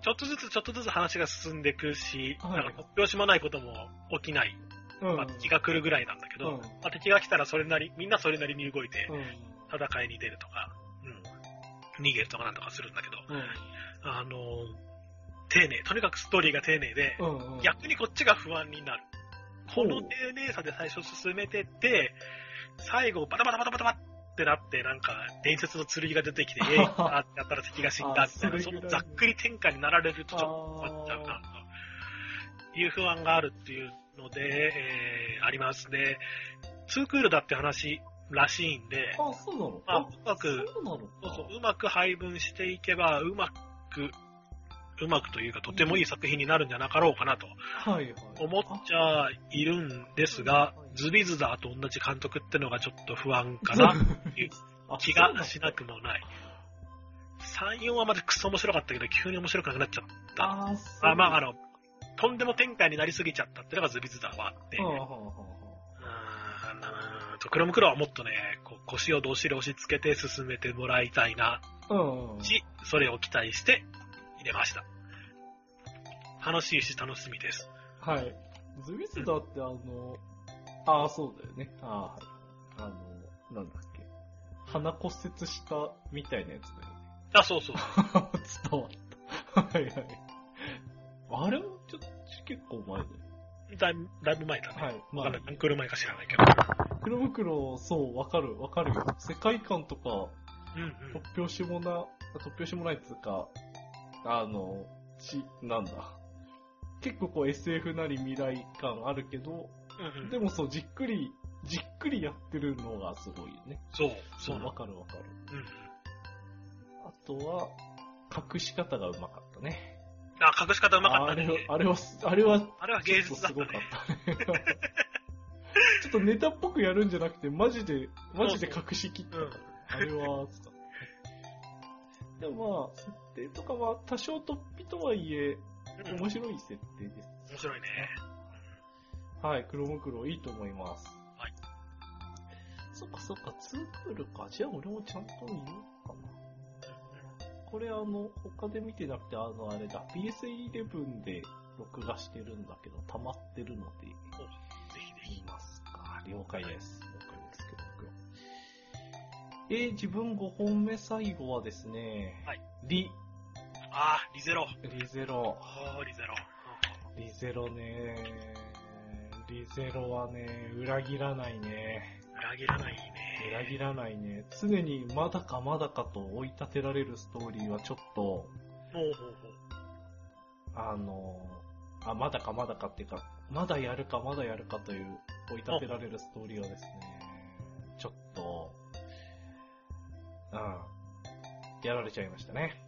[SPEAKER 2] ちょっとずつちょっとずつ話が進んでいくし、
[SPEAKER 1] はい
[SPEAKER 2] なんか突拍子もないことも起きない。
[SPEAKER 1] うん
[SPEAKER 2] まあ、敵が来るぐらいなんだけど、
[SPEAKER 1] うん
[SPEAKER 2] まあ、敵が来たらそれなり、みんなそれなりに動いて
[SPEAKER 1] う、んうん
[SPEAKER 2] 戦いに出るとか、うん、逃げるとかなんとかするんだけど、あの、丁寧、とにかくストーリーが丁寧で、
[SPEAKER 1] うんうん。
[SPEAKER 2] 逆にこっちが不安になる。
[SPEAKER 1] ほ
[SPEAKER 2] こ
[SPEAKER 1] う
[SPEAKER 2] の丁寧さで最初進めてって、最後バタバタバタバタバタってなって、なんか伝説の剣が出て きて、えいあってやったら敵が死んだみた
[SPEAKER 1] あ
[SPEAKER 2] いな、
[SPEAKER 1] そ
[SPEAKER 2] そ
[SPEAKER 1] れぐらい
[SPEAKER 2] のざっくり転換になられるとちょっと困っちゃうな、という不安があるっていうので、えーありますね。ツークールだって話らしいんで、
[SPEAKER 1] あ、そうなの
[SPEAKER 2] まあうまく
[SPEAKER 1] そうなの
[SPEAKER 2] そうそう、うまく配分していけば、うまく、うまくというか、とてもいい作品になるんじゃなかろうかなと
[SPEAKER 1] はいはい。
[SPEAKER 2] 思っちゃいるんですが、ズビズダーと同じ監督ってのがちょっと不安 かな、
[SPEAKER 1] あ
[SPEAKER 2] 気がしなくもない。3、4話までクソ面白かったけど、急に面白くなくなっちゃった。
[SPEAKER 1] あー、そう
[SPEAKER 2] あまあ、あの、とんでも展開になりすぎちゃったってのがズビズダーはあって、
[SPEAKER 1] うんうんうんうん
[SPEAKER 2] あーなーと、クロムクロはもっとね、こう腰をどっしり押し付けて進めてもらいたいな
[SPEAKER 1] うんうん。
[SPEAKER 2] し、それを期待して入れました。楽しいし楽しみです。
[SPEAKER 1] はい。ズビスだってあの、ああ、そうだよね。ああ、はい。あの、なんだっけ。鼻骨折したみたいなやつだよね。
[SPEAKER 2] あ、そ うそう。
[SPEAKER 1] 伝わった。はいはい。あれもちょっと結構前だよ。
[SPEAKER 2] だいぶだいぶ前だね。
[SPEAKER 1] はい。ま
[SPEAKER 2] わかんない
[SPEAKER 1] あ、
[SPEAKER 2] 何来る前か知らないけ ど。
[SPEAKER 1] 黒袋、そう、わかる、わかるよ。世界観とか、
[SPEAKER 2] うん
[SPEAKER 1] 突拍子もな、突拍子もないっつうか、あの、ち、なんだ。結構こう SF なり未来感あるけど、
[SPEAKER 2] うん。うんうん、
[SPEAKER 1] でもそう、じっくり、じっくりやってるのがすごいよね。
[SPEAKER 2] そう、そうな
[SPEAKER 1] わ
[SPEAKER 2] の。
[SPEAKER 1] かるわかる。
[SPEAKER 2] うんうん。
[SPEAKER 1] あとは、隠し方がうまかったね。
[SPEAKER 2] あ、隠し方うまかったね
[SPEAKER 1] あ。れは、あれは、あれは
[SPEAKER 2] あれは芸術だったね。
[SPEAKER 1] ちょっとすごかったね。 ちょっとネタっぽくやるんじゃなくて、マジで、マジで隠しきったから。あれは、つか。でもまあ、設定とかは多少突飛とはいえ、
[SPEAKER 2] うん
[SPEAKER 1] 面白い設定です。
[SPEAKER 2] 面白いね。
[SPEAKER 1] はい、黒ムクロいいと思います。
[SPEAKER 2] はい。
[SPEAKER 1] そっかそっか、ツークールか。じゃあ俺もちゃんと見ようかな。これあの、他で見てなくて、あの、あれだ、PS11 で録画してるんだけど、溜まってるので、
[SPEAKER 2] ぜひぜ
[SPEAKER 1] 言い
[SPEAKER 2] ひ。
[SPEAKER 1] ますか。了解です。了解ですけど、僕はえー自分5本目最後はですね、
[SPEAKER 2] はい
[SPEAKER 1] リ、
[SPEAKER 2] あー、リゼロ。
[SPEAKER 1] リゼロ。
[SPEAKER 2] あー、リゼロ。
[SPEAKER 1] リゼロねリゼロはね、裏切らないね。
[SPEAKER 2] 裏切らない
[SPEAKER 1] 裏
[SPEAKER 2] ね。
[SPEAKER 1] 切らないね。常にまだかまだかと追い立てられるストーリーはちょっと、
[SPEAKER 2] ほうほうほう。
[SPEAKER 1] あの、あ、まだかまだかっていうか、まだやるかまだやるかという追い立てられるストーリーはですね、ちょっと、うん。やられちゃいましたね。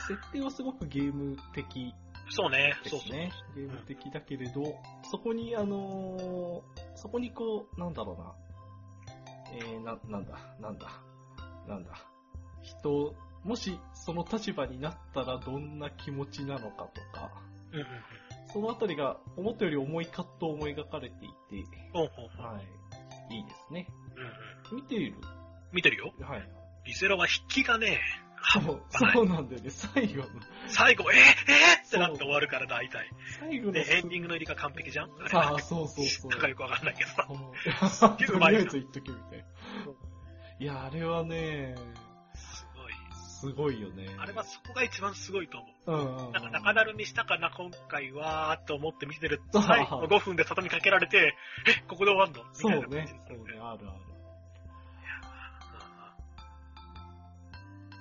[SPEAKER 1] 設定はすごくゲーム的
[SPEAKER 2] そうね、
[SPEAKER 1] で
[SPEAKER 2] そう
[SPEAKER 1] す
[SPEAKER 2] そう。
[SPEAKER 1] ね。ゲーム的だけれど、そこにあのーそこにこう、なんだろうな。えー、な、なんだ、なんだ、なんだ。人、もしその立場になったらどんな気持ちなのかとか、
[SPEAKER 2] うんうん
[SPEAKER 1] そのあたりが思ったより重い葛藤を思い描かれていて、
[SPEAKER 2] うん。ほうほうほう
[SPEAKER 1] はい。いいですね。
[SPEAKER 2] うんうん
[SPEAKER 1] 見ている。
[SPEAKER 2] 見てるよ。
[SPEAKER 1] はい。
[SPEAKER 2] リゼロは引きがね、
[SPEAKER 1] そう、そうなんだよね。最後の、
[SPEAKER 2] 最後、えー、えー、ってなって終わるから大体。
[SPEAKER 1] 最後の
[SPEAKER 2] で、
[SPEAKER 1] す。
[SPEAKER 2] エンディングの入りが完璧じゃん
[SPEAKER 1] ああ、そうそうそう。
[SPEAKER 2] なんかよくわかんないけど さ。
[SPEAKER 1] も
[SPEAKER 2] げえ
[SPEAKER 1] う
[SPEAKER 2] うまい
[SPEAKER 1] とりあ
[SPEAKER 2] な
[SPEAKER 1] えず言っとけみたいな。いや、あれはね、
[SPEAKER 2] すごい。
[SPEAKER 1] すごいよね。
[SPEAKER 2] あれはそこが一番すごいと思う。
[SPEAKER 1] うんうん。
[SPEAKER 2] なんか中だるみしたかな、今回は、と思って見てると、最後の5分で畳みかけられて、え、ここで終わんのみ
[SPEAKER 1] そ
[SPEAKER 2] たいうな感じで
[SPEAKER 1] ね
[SPEAKER 2] す。
[SPEAKER 1] そうね、あるある。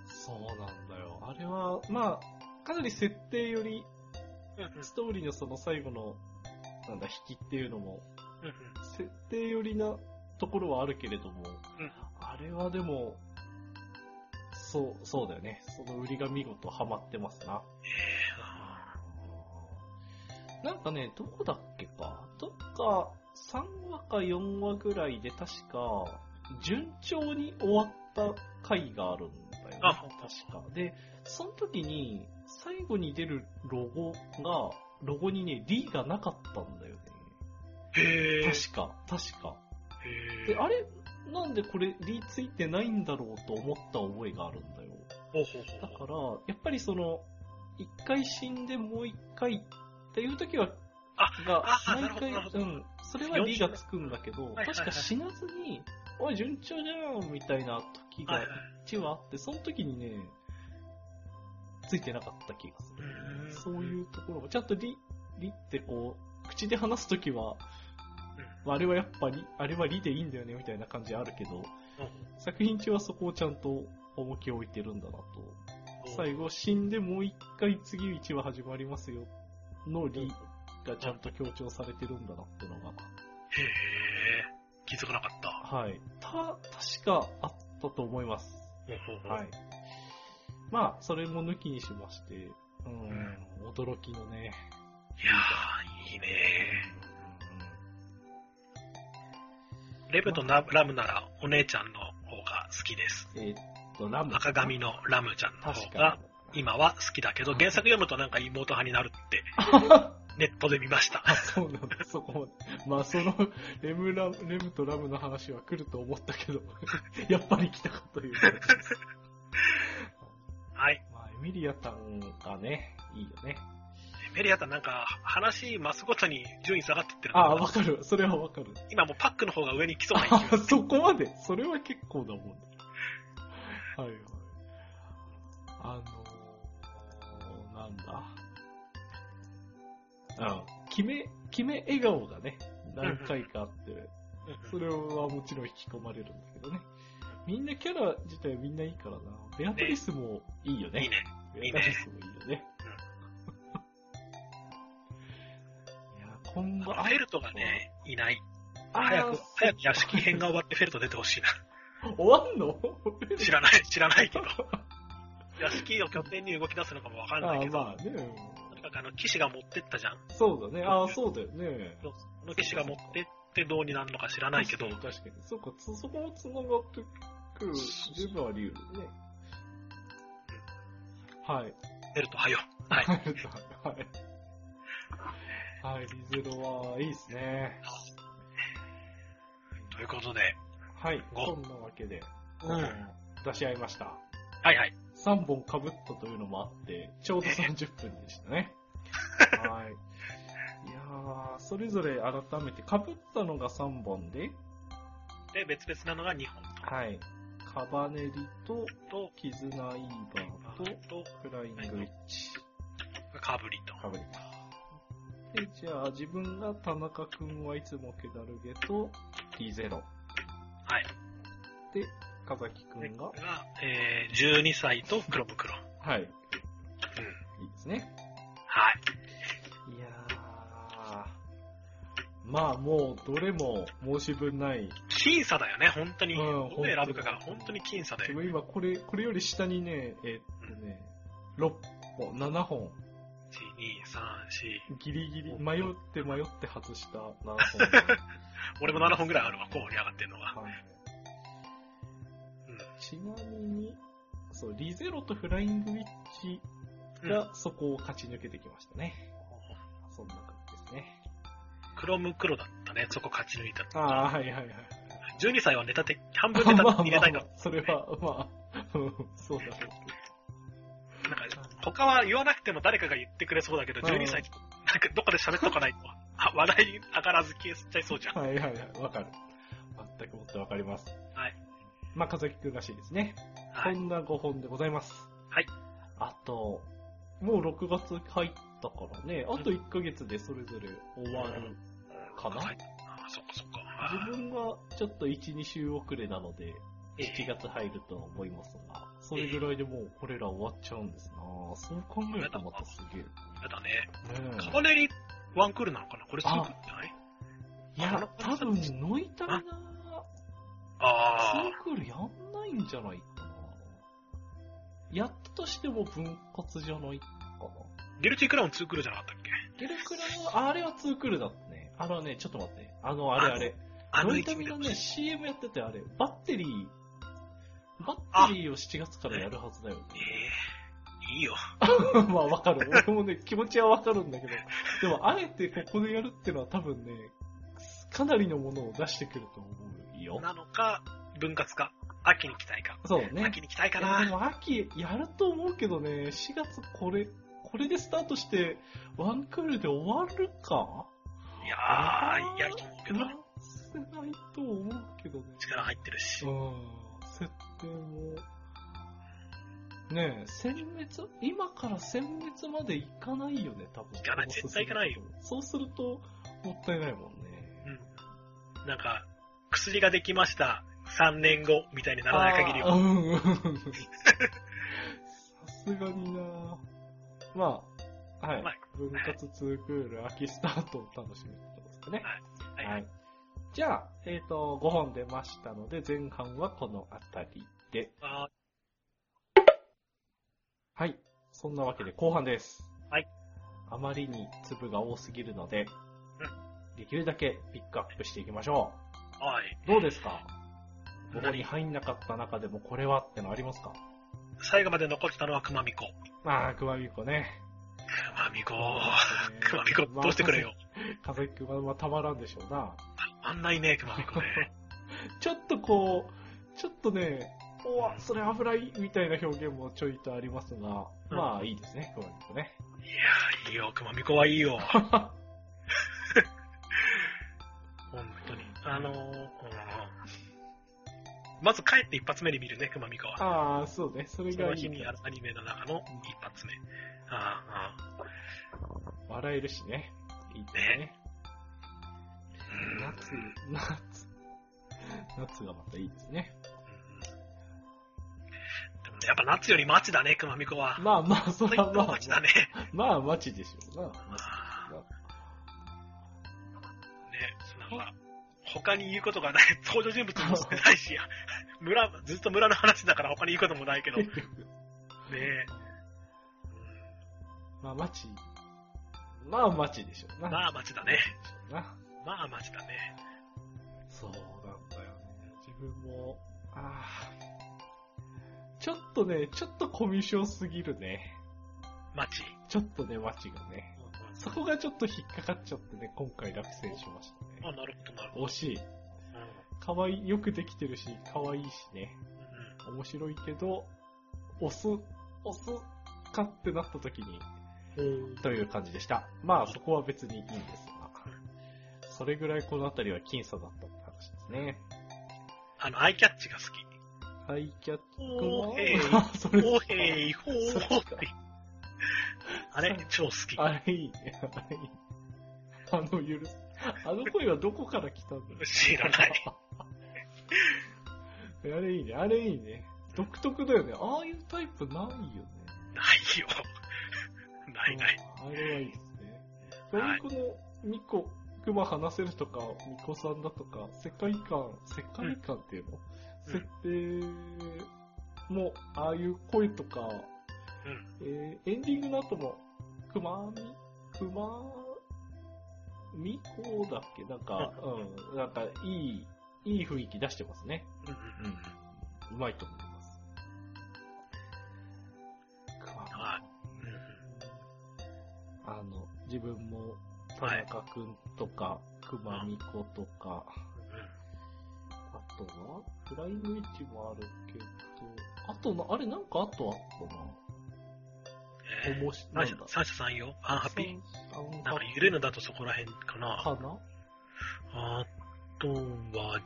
[SPEAKER 1] そうなんだよ。あれは、まあ、かなり設定より、
[SPEAKER 2] うんうんうん
[SPEAKER 1] ストーリーのその最後の、なんだ、引きっていうのも、
[SPEAKER 2] うん
[SPEAKER 1] 設定寄りなところはあるけれども、
[SPEAKER 2] うん
[SPEAKER 1] あれはでも、そう、そうだよね。その売りが見事ハマってますな。なんかね、どこだっけか。どっか3話か4話ぐらいで確か、順調に終わった回があるんだよね。
[SPEAKER 2] あ
[SPEAKER 1] 確か。で、その時に、最後に出るロゴが、ロゴにね、D がなかったんだよね。
[SPEAKER 2] へぇ
[SPEAKER 1] 確か、確か。で、
[SPEAKER 2] ー。
[SPEAKER 1] あれ、なんでこれ D ついてないんだろうと思った覚えがあるんだよ。
[SPEAKER 2] ほうほう
[SPEAKER 1] だか
[SPEAKER 2] ほう。
[SPEAKER 1] ら、やっぱりその、一回死んでもう一回っていう時は、
[SPEAKER 2] あ
[SPEAKER 1] が
[SPEAKER 2] あ、あ
[SPEAKER 1] 毎
[SPEAKER 2] なるほど
[SPEAKER 1] 回、
[SPEAKER 2] なるほど
[SPEAKER 1] うん、それは D がつくんだけど、
[SPEAKER 2] はいはいはい
[SPEAKER 1] 確か死なずに、おい、順調じゃんみたいな時
[SPEAKER 2] は
[SPEAKER 1] が
[SPEAKER 2] いはい。
[SPEAKER 1] 1話あって、その時にね、ついてなかった気がする。
[SPEAKER 2] うん
[SPEAKER 1] そういうところも、ちゃんと D、D ってこう、口で話す時は、
[SPEAKER 2] う
[SPEAKER 1] まああれはやっぱり、あれは理でいいんだよねみたいな感じあるけど、作品中はそこをちゃんと重きを置いてるんだなと。最後、死んでもう一回次1話始まりますよの理がちゃんと強調されてるんだなってのが。
[SPEAKER 2] へぇー。気づかなかった。
[SPEAKER 1] はい。た、確かあったと思います。
[SPEAKER 2] ほうほうほう
[SPEAKER 1] はい。まあ、それも抜きにしまして、う、
[SPEAKER 2] うん
[SPEAKER 1] 驚きのね。
[SPEAKER 2] いやー、いいねー。レブとララムなら、お姉ちゃんの方が好きです。
[SPEAKER 1] えーっと、ラム。
[SPEAKER 2] 赤髪のラムちゃんの
[SPEAKER 1] 確
[SPEAKER 2] 方が
[SPEAKER 1] か、に。
[SPEAKER 2] 今は好きだけど、原作読むとなんか妹派になるって、ネットで見ました。
[SPEAKER 1] あ、 そうなんだ、そこまで。まあ、その、レムラ、レムとラムの話は来ると思ったけど、やっぱり来たかという。
[SPEAKER 2] はい。
[SPEAKER 1] まあ、エミリアタンがね、いいよね。
[SPEAKER 2] メリアタなんか、話増すごとに順位下がってってるんだ
[SPEAKER 1] ああ、わかる。それはわかる。
[SPEAKER 2] 今もうパックの方が上に来そうな勢い。
[SPEAKER 1] あそこまで。それは結構だもん。はいはい。あのー、なんだ。あ、決め、決め笑顔がね、何回かあって、 それはもちろん引き込まれるんだけどね。みんなキャラ自体みんないいからな。ベアトリスもいいよね。
[SPEAKER 2] いいね。
[SPEAKER 1] ベアトリスもいいよね。いや、今後、
[SPEAKER 2] あフェルトがね、いない。
[SPEAKER 1] あ
[SPEAKER 2] 早
[SPEAKER 1] ー
[SPEAKER 2] く、早く屋敷編が終わってフェルト出てほしいな。
[SPEAKER 1] 終わんの
[SPEAKER 2] 知らない、 知らないけど。屋敷を拠点に動き出すのかもわかん
[SPEAKER 1] あ
[SPEAKER 2] ない
[SPEAKER 1] あ、
[SPEAKER 2] けど。
[SPEAKER 1] まあね。
[SPEAKER 2] とにかくあの、騎士が持ってったじゃん。
[SPEAKER 1] そうだね。ああ、そうだよね。
[SPEAKER 2] そうあの騎士が持ってってどうになるのか知らないけど、
[SPEAKER 1] 確かに。確かにそうか、つそこも繋がってくる。十分あり得るね。はい。
[SPEAKER 2] フェルトはよ。はい。
[SPEAKER 1] はい。はい、リゼロはいいですね。
[SPEAKER 2] ということで、
[SPEAKER 1] はい。
[SPEAKER 2] ご
[SPEAKER 1] そんなわけで、
[SPEAKER 2] うん
[SPEAKER 1] 出し合いました。
[SPEAKER 2] はいはい。
[SPEAKER 1] 3本被ったというのもあって、ちょうど30分でした ね。はい。いやー、それぞれ改めて、被ったのが3本で、
[SPEAKER 2] で、別々なのが2本
[SPEAKER 1] はい。カバネリと、
[SPEAKER 2] と、
[SPEAKER 1] 絆イーバーと、
[SPEAKER 2] と、
[SPEAKER 1] フライングウィッチ。
[SPEAKER 2] かぶりと。
[SPEAKER 1] かぶりた。で、じゃあ、自分が田中くんはいつもけだるげと、T0。
[SPEAKER 2] はい。
[SPEAKER 1] で、風木く
[SPEAKER 2] で
[SPEAKER 1] んが
[SPEAKER 2] こ、れが、えー、12歳と黒袋。うん。
[SPEAKER 1] はい。いいですね。
[SPEAKER 2] はい。
[SPEAKER 1] いやー。まあ、もう、どれも申し分ない
[SPEAKER 2] 僅差だよね、本当に。
[SPEAKER 1] うん
[SPEAKER 2] どう選ぶかが
[SPEAKER 1] 本当に
[SPEAKER 2] 本当に僅差で
[SPEAKER 1] で。も今これ、これより下にね、えっとね、6本、7本、
[SPEAKER 2] 1,2,3,4
[SPEAKER 1] ギリギリ、
[SPEAKER 2] うん
[SPEAKER 1] 迷って迷って外した7本。
[SPEAKER 2] 俺も7本ぐらいあるわ、候補に上がってるのが。
[SPEAKER 1] はい
[SPEAKER 2] うん
[SPEAKER 1] ちなみに、そう、リゼロとフライングウィッチがそこを勝ち抜けてきましたね。そんな感じですね。
[SPEAKER 2] 黒む黒だったね、そこ勝ち抜いた。
[SPEAKER 1] ああ、はいはいはい。
[SPEAKER 2] 12歳はネタ的、半分
[SPEAKER 1] まあ
[SPEAKER 2] ネ
[SPEAKER 1] ま
[SPEAKER 2] タ
[SPEAKER 1] あまあ
[SPEAKER 2] 入れたいの。
[SPEAKER 1] それは、まあ、 うんそうだね。
[SPEAKER 2] なんか他は言わなくても誰かが言ってくれそうだけど、
[SPEAKER 1] うん
[SPEAKER 2] 12歳、なんかどっかで喋っとかないと、あ話題に上がらず消えちゃいそうじゃん。
[SPEAKER 1] はいはいはい、わかる。全くもってわかります。
[SPEAKER 2] はい。
[SPEAKER 1] まあ、かずきくんらしいですね。
[SPEAKER 2] は
[SPEAKER 1] こ
[SPEAKER 2] い。
[SPEAKER 1] んな5本でございます。
[SPEAKER 2] はい。
[SPEAKER 1] あと、もう6月入ったからね、あと1ヶ月でそれぞれ終わるかな。
[SPEAKER 2] はいあそっかそっか。
[SPEAKER 1] 自分がちょっと1、2週遅れなので、
[SPEAKER 2] ええ
[SPEAKER 1] 7月入るとは思いますが、それぐらいでもうこれら終わっちゃうんですなぁそう考えるとまたすげえ。
[SPEAKER 2] やだね。
[SPEAKER 1] ね
[SPEAKER 2] カバネリワンクールなのかなこれすごくない
[SPEAKER 1] えいや、多分、ノイタミナ、
[SPEAKER 2] あ
[SPEAKER 1] ツークールやんないんじゃないかなやったとしても分割じゃないかな。
[SPEAKER 2] ー。ギルティクラウン2クールじゃなかったっけ
[SPEAKER 1] ゲルクラは、あれはツークールだったね。あのね、ちょっと待って。あの、あれあれ。
[SPEAKER 2] あの
[SPEAKER 1] ノイ
[SPEAKER 2] 一
[SPEAKER 1] タ
[SPEAKER 2] 部
[SPEAKER 1] ミ
[SPEAKER 2] で
[SPEAKER 1] ナ
[SPEAKER 2] も
[SPEAKER 1] ね、CM やっててあれ、バッテリー、バッテリーを7月からやるはずだよね。
[SPEAKER 2] ええいいよ。
[SPEAKER 1] まあわかる。俺もね、気持ちはわかるんだけど。でも、あえてここでやるってのは多分ね、かなりのものを出してくると思うよ。
[SPEAKER 2] なのか、分割か。秋に期待か。
[SPEAKER 1] そうね。
[SPEAKER 2] 秋に期待か
[SPEAKER 1] いやで
[SPEAKER 2] な。
[SPEAKER 1] も秋やると思うけどね、4月これ、これでスタートして、ワンクールで終わるか
[SPEAKER 2] いやー、いや、いいと思うけど。
[SPEAKER 1] なせないと思うけどね。
[SPEAKER 2] 力入ってるし。
[SPEAKER 1] うん、設定も。ねえ、殲滅、今から殲滅まで行かないよね、多分。
[SPEAKER 2] 行かない絶対行かないよ。
[SPEAKER 1] そうすると、もったいないもんね。
[SPEAKER 2] うん。なんか、薬ができました。3年後みたいにならない限り
[SPEAKER 1] あー
[SPEAKER 2] は。
[SPEAKER 1] うんうんうんさすがになまあ、はい。
[SPEAKER 2] まあ
[SPEAKER 1] 分割ツークール秋スタートを楽しみにしてますかね。
[SPEAKER 2] はい
[SPEAKER 1] はい。じゃあ、えっ、と、5本出ましたので、前半はこのあたりで。
[SPEAKER 2] あ
[SPEAKER 1] はい。そんなわけで後半です。
[SPEAKER 2] はい。
[SPEAKER 1] あまりに粒が多すぎるので、できるだけピックアップしていきましょ
[SPEAKER 2] はい。
[SPEAKER 1] う。どうですかここ
[SPEAKER 2] 何
[SPEAKER 1] に入んなかった中でもこれはってのありますか
[SPEAKER 2] 最後まで残ってたのは熊巫女。
[SPEAKER 1] まあ、くまみこ ね。
[SPEAKER 2] 熊巫女。
[SPEAKER 1] ね
[SPEAKER 2] 熊巫女、どうしてくれよ。。
[SPEAKER 1] まあ風邪くまはたまらんでしょうな。
[SPEAKER 2] あんないね、熊巫 女ね。
[SPEAKER 1] ちょっとこう、ちょっとね、おわ、それ危ないみたいな表現もちょいとありますが、
[SPEAKER 2] うん
[SPEAKER 1] まあいいですね、こまみこね。
[SPEAKER 2] いやー、いいよ、熊巫女はいい よ。本当に。あのー、うんまず帰って一発目に見るね、熊巫女は。
[SPEAKER 1] ああ、そうね、それ
[SPEAKER 2] その
[SPEAKER 1] がい
[SPEAKER 2] 日
[SPEAKER 1] い
[SPEAKER 2] に
[SPEAKER 1] か
[SPEAKER 2] あるアニメの中の一発目。あー
[SPEAKER 1] ら。笑えるしね。いいですね。
[SPEAKER 2] あー、うん
[SPEAKER 1] 夏、夏。夏がまたいいですね。
[SPEAKER 2] でもねやっぱ夏より街だね、熊巫女は。
[SPEAKER 1] まあ まあ、それはまあ、
[SPEAKER 2] 街だね。
[SPEAKER 1] まあ、待ちでしょうな。
[SPEAKER 2] あね、なんか、他に言うことがない、 登場人物も少ないし、 村、ずっと村の話だから他に言うこともない けど、ね
[SPEAKER 1] 結局
[SPEAKER 2] え。
[SPEAKER 1] まあ、待ち。まあ、待ちでしょうな。
[SPEAKER 2] まあ街だね。
[SPEAKER 1] な。
[SPEAKER 2] まあ街だね。
[SPEAKER 1] そうなんだよね。自分も、ああ。ちょっとね、ちょっとコミュ障すぎるね。
[SPEAKER 2] 街。
[SPEAKER 1] ちょっとね、待ちがね。そこがちょっと引っかかっちゃってね、今回落選しましたね。
[SPEAKER 2] あ、なるほど、なるほど。
[SPEAKER 1] 惜しい。可愛い、よくできてるし、可愛いしね。面白いけど、押す、押すかってなった時に、という感じでした。まあそこは別にいいんですが、それぐらいこの辺りは僅差だったって話ですね。
[SPEAKER 2] あの、アイキャッチが好 き。
[SPEAKER 1] ハイキャット
[SPEAKER 2] おーへい
[SPEAKER 1] あ それ
[SPEAKER 2] おへい、ほーって。あれ超好 き。
[SPEAKER 1] あれいいね、あれいいね。あの許す。あの声はどこから来たんだろう
[SPEAKER 2] 知らない。
[SPEAKER 1] あれいいね、あれいいね。独特だよね。ああいうタイプないよね。
[SPEAKER 2] ない よ。ないない。
[SPEAKER 1] あれはいいですね。
[SPEAKER 2] は
[SPEAKER 1] はいい、このミコくま話せるとか、巫女さんだとか、世界観、世界観っていうの、設定も、ああいう声とか、えーエンディングの後も、くまみ、くまみこうだっけなんか、うん、なんかいい、いい雰囲気出してますね。
[SPEAKER 2] うんうん
[SPEAKER 1] うん。うまいと思います。くま
[SPEAKER 2] はい
[SPEAKER 1] あの、自分も、田中くんとか、熊美子とか、あとは、フライングイッチもあるけど、あとな、あれなんかあとあった
[SPEAKER 2] うん
[SPEAKER 1] な。
[SPEAKER 2] うん
[SPEAKER 1] おもし、
[SPEAKER 2] 三者三者三様アンハッピー
[SPEAKER 1] ー
[SPEAKER 2] なんか揺れるだとそこら辺かな。
[SPEAKER 1] かな
[SPEAKER 2] あとは、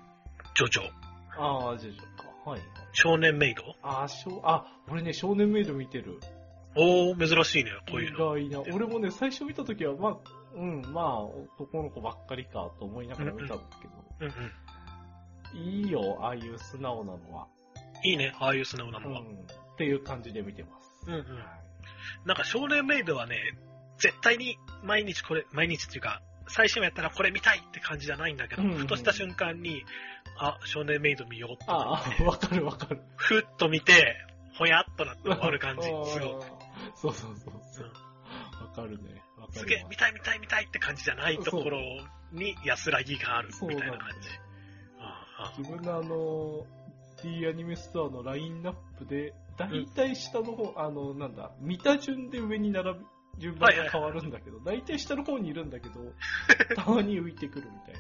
[SPEAKER 2] ジョジョ。
[SPEAKER 1] ああ、ジョジョか。はい。
[SPEAKER 2] 少年メイド
[SPEAKER 1] あー、しょあ、俺ね、少年メイド見てる。
[SPEAKER 2] おー、珍しいね、こうい
[SPEAKER 1] 意
[SPEAKER 2] うの。
[SPEAKER 1] 外な。俺もね、最初見たときは、まあ、うん、まあ、男の子ばっかりかと思いながら見たんだけど、
[SPEAKER 2] うんうん。
[SPEAKER 1] いいよ、ああいう素直なのは。
[SPEAKER 2] いいね、ああいう素直な
[SPEAKER 1] う
[SPEAKER 2] の
[SPEAKER 1] ん。
[SPEAKER 2] は。
[SPEAKER 1] っていう感じで見てます。
[SPEAKER 2] うんうんなんか少年メイドはね、絶対に毎日これ、毎日っていうか、最新話やったらこれ見たいって感じじゃないんだけど、
[SPEAKER 1] うんうんうん
[SPEAKER 2] ふとした瞬間に、あ、少年メイド見ようって思
[SPEAKER 1] あ
[SPEAKER 2] って
[SPEAKER 1] あ、わかるわかる。
[SPEAKER 2] ふっと見て、ほやっとなって終わ る感じ。
[SPEAKER 1] あー
[SPEAKER 2] すごい。
[SPEAKER 1] そうそうそうそう。わかるね。わかるわ。
[SPEAKER 2] すげえ、見たい見たい見たいって感じじゃないところに安らぎがある
[SPEAKER 1] そう
[SPEAKER 2] み
[SPEAKER 1] な
[SPEAKER 2] たい
[SPEAKER 1] んだ
[SPEAKER 2] な
[SPEAKER 1] よ
[SPEAKER 2] 感じ。あ
[SPEAKER 1] 自分のあの、D アニメストアのラインナップで、だいたい下の方、あの、なんだ、見た順で上に並び、順番が変わるんだけど、だいたい下の方にいるんだ けど、たまに浮いてくるみたい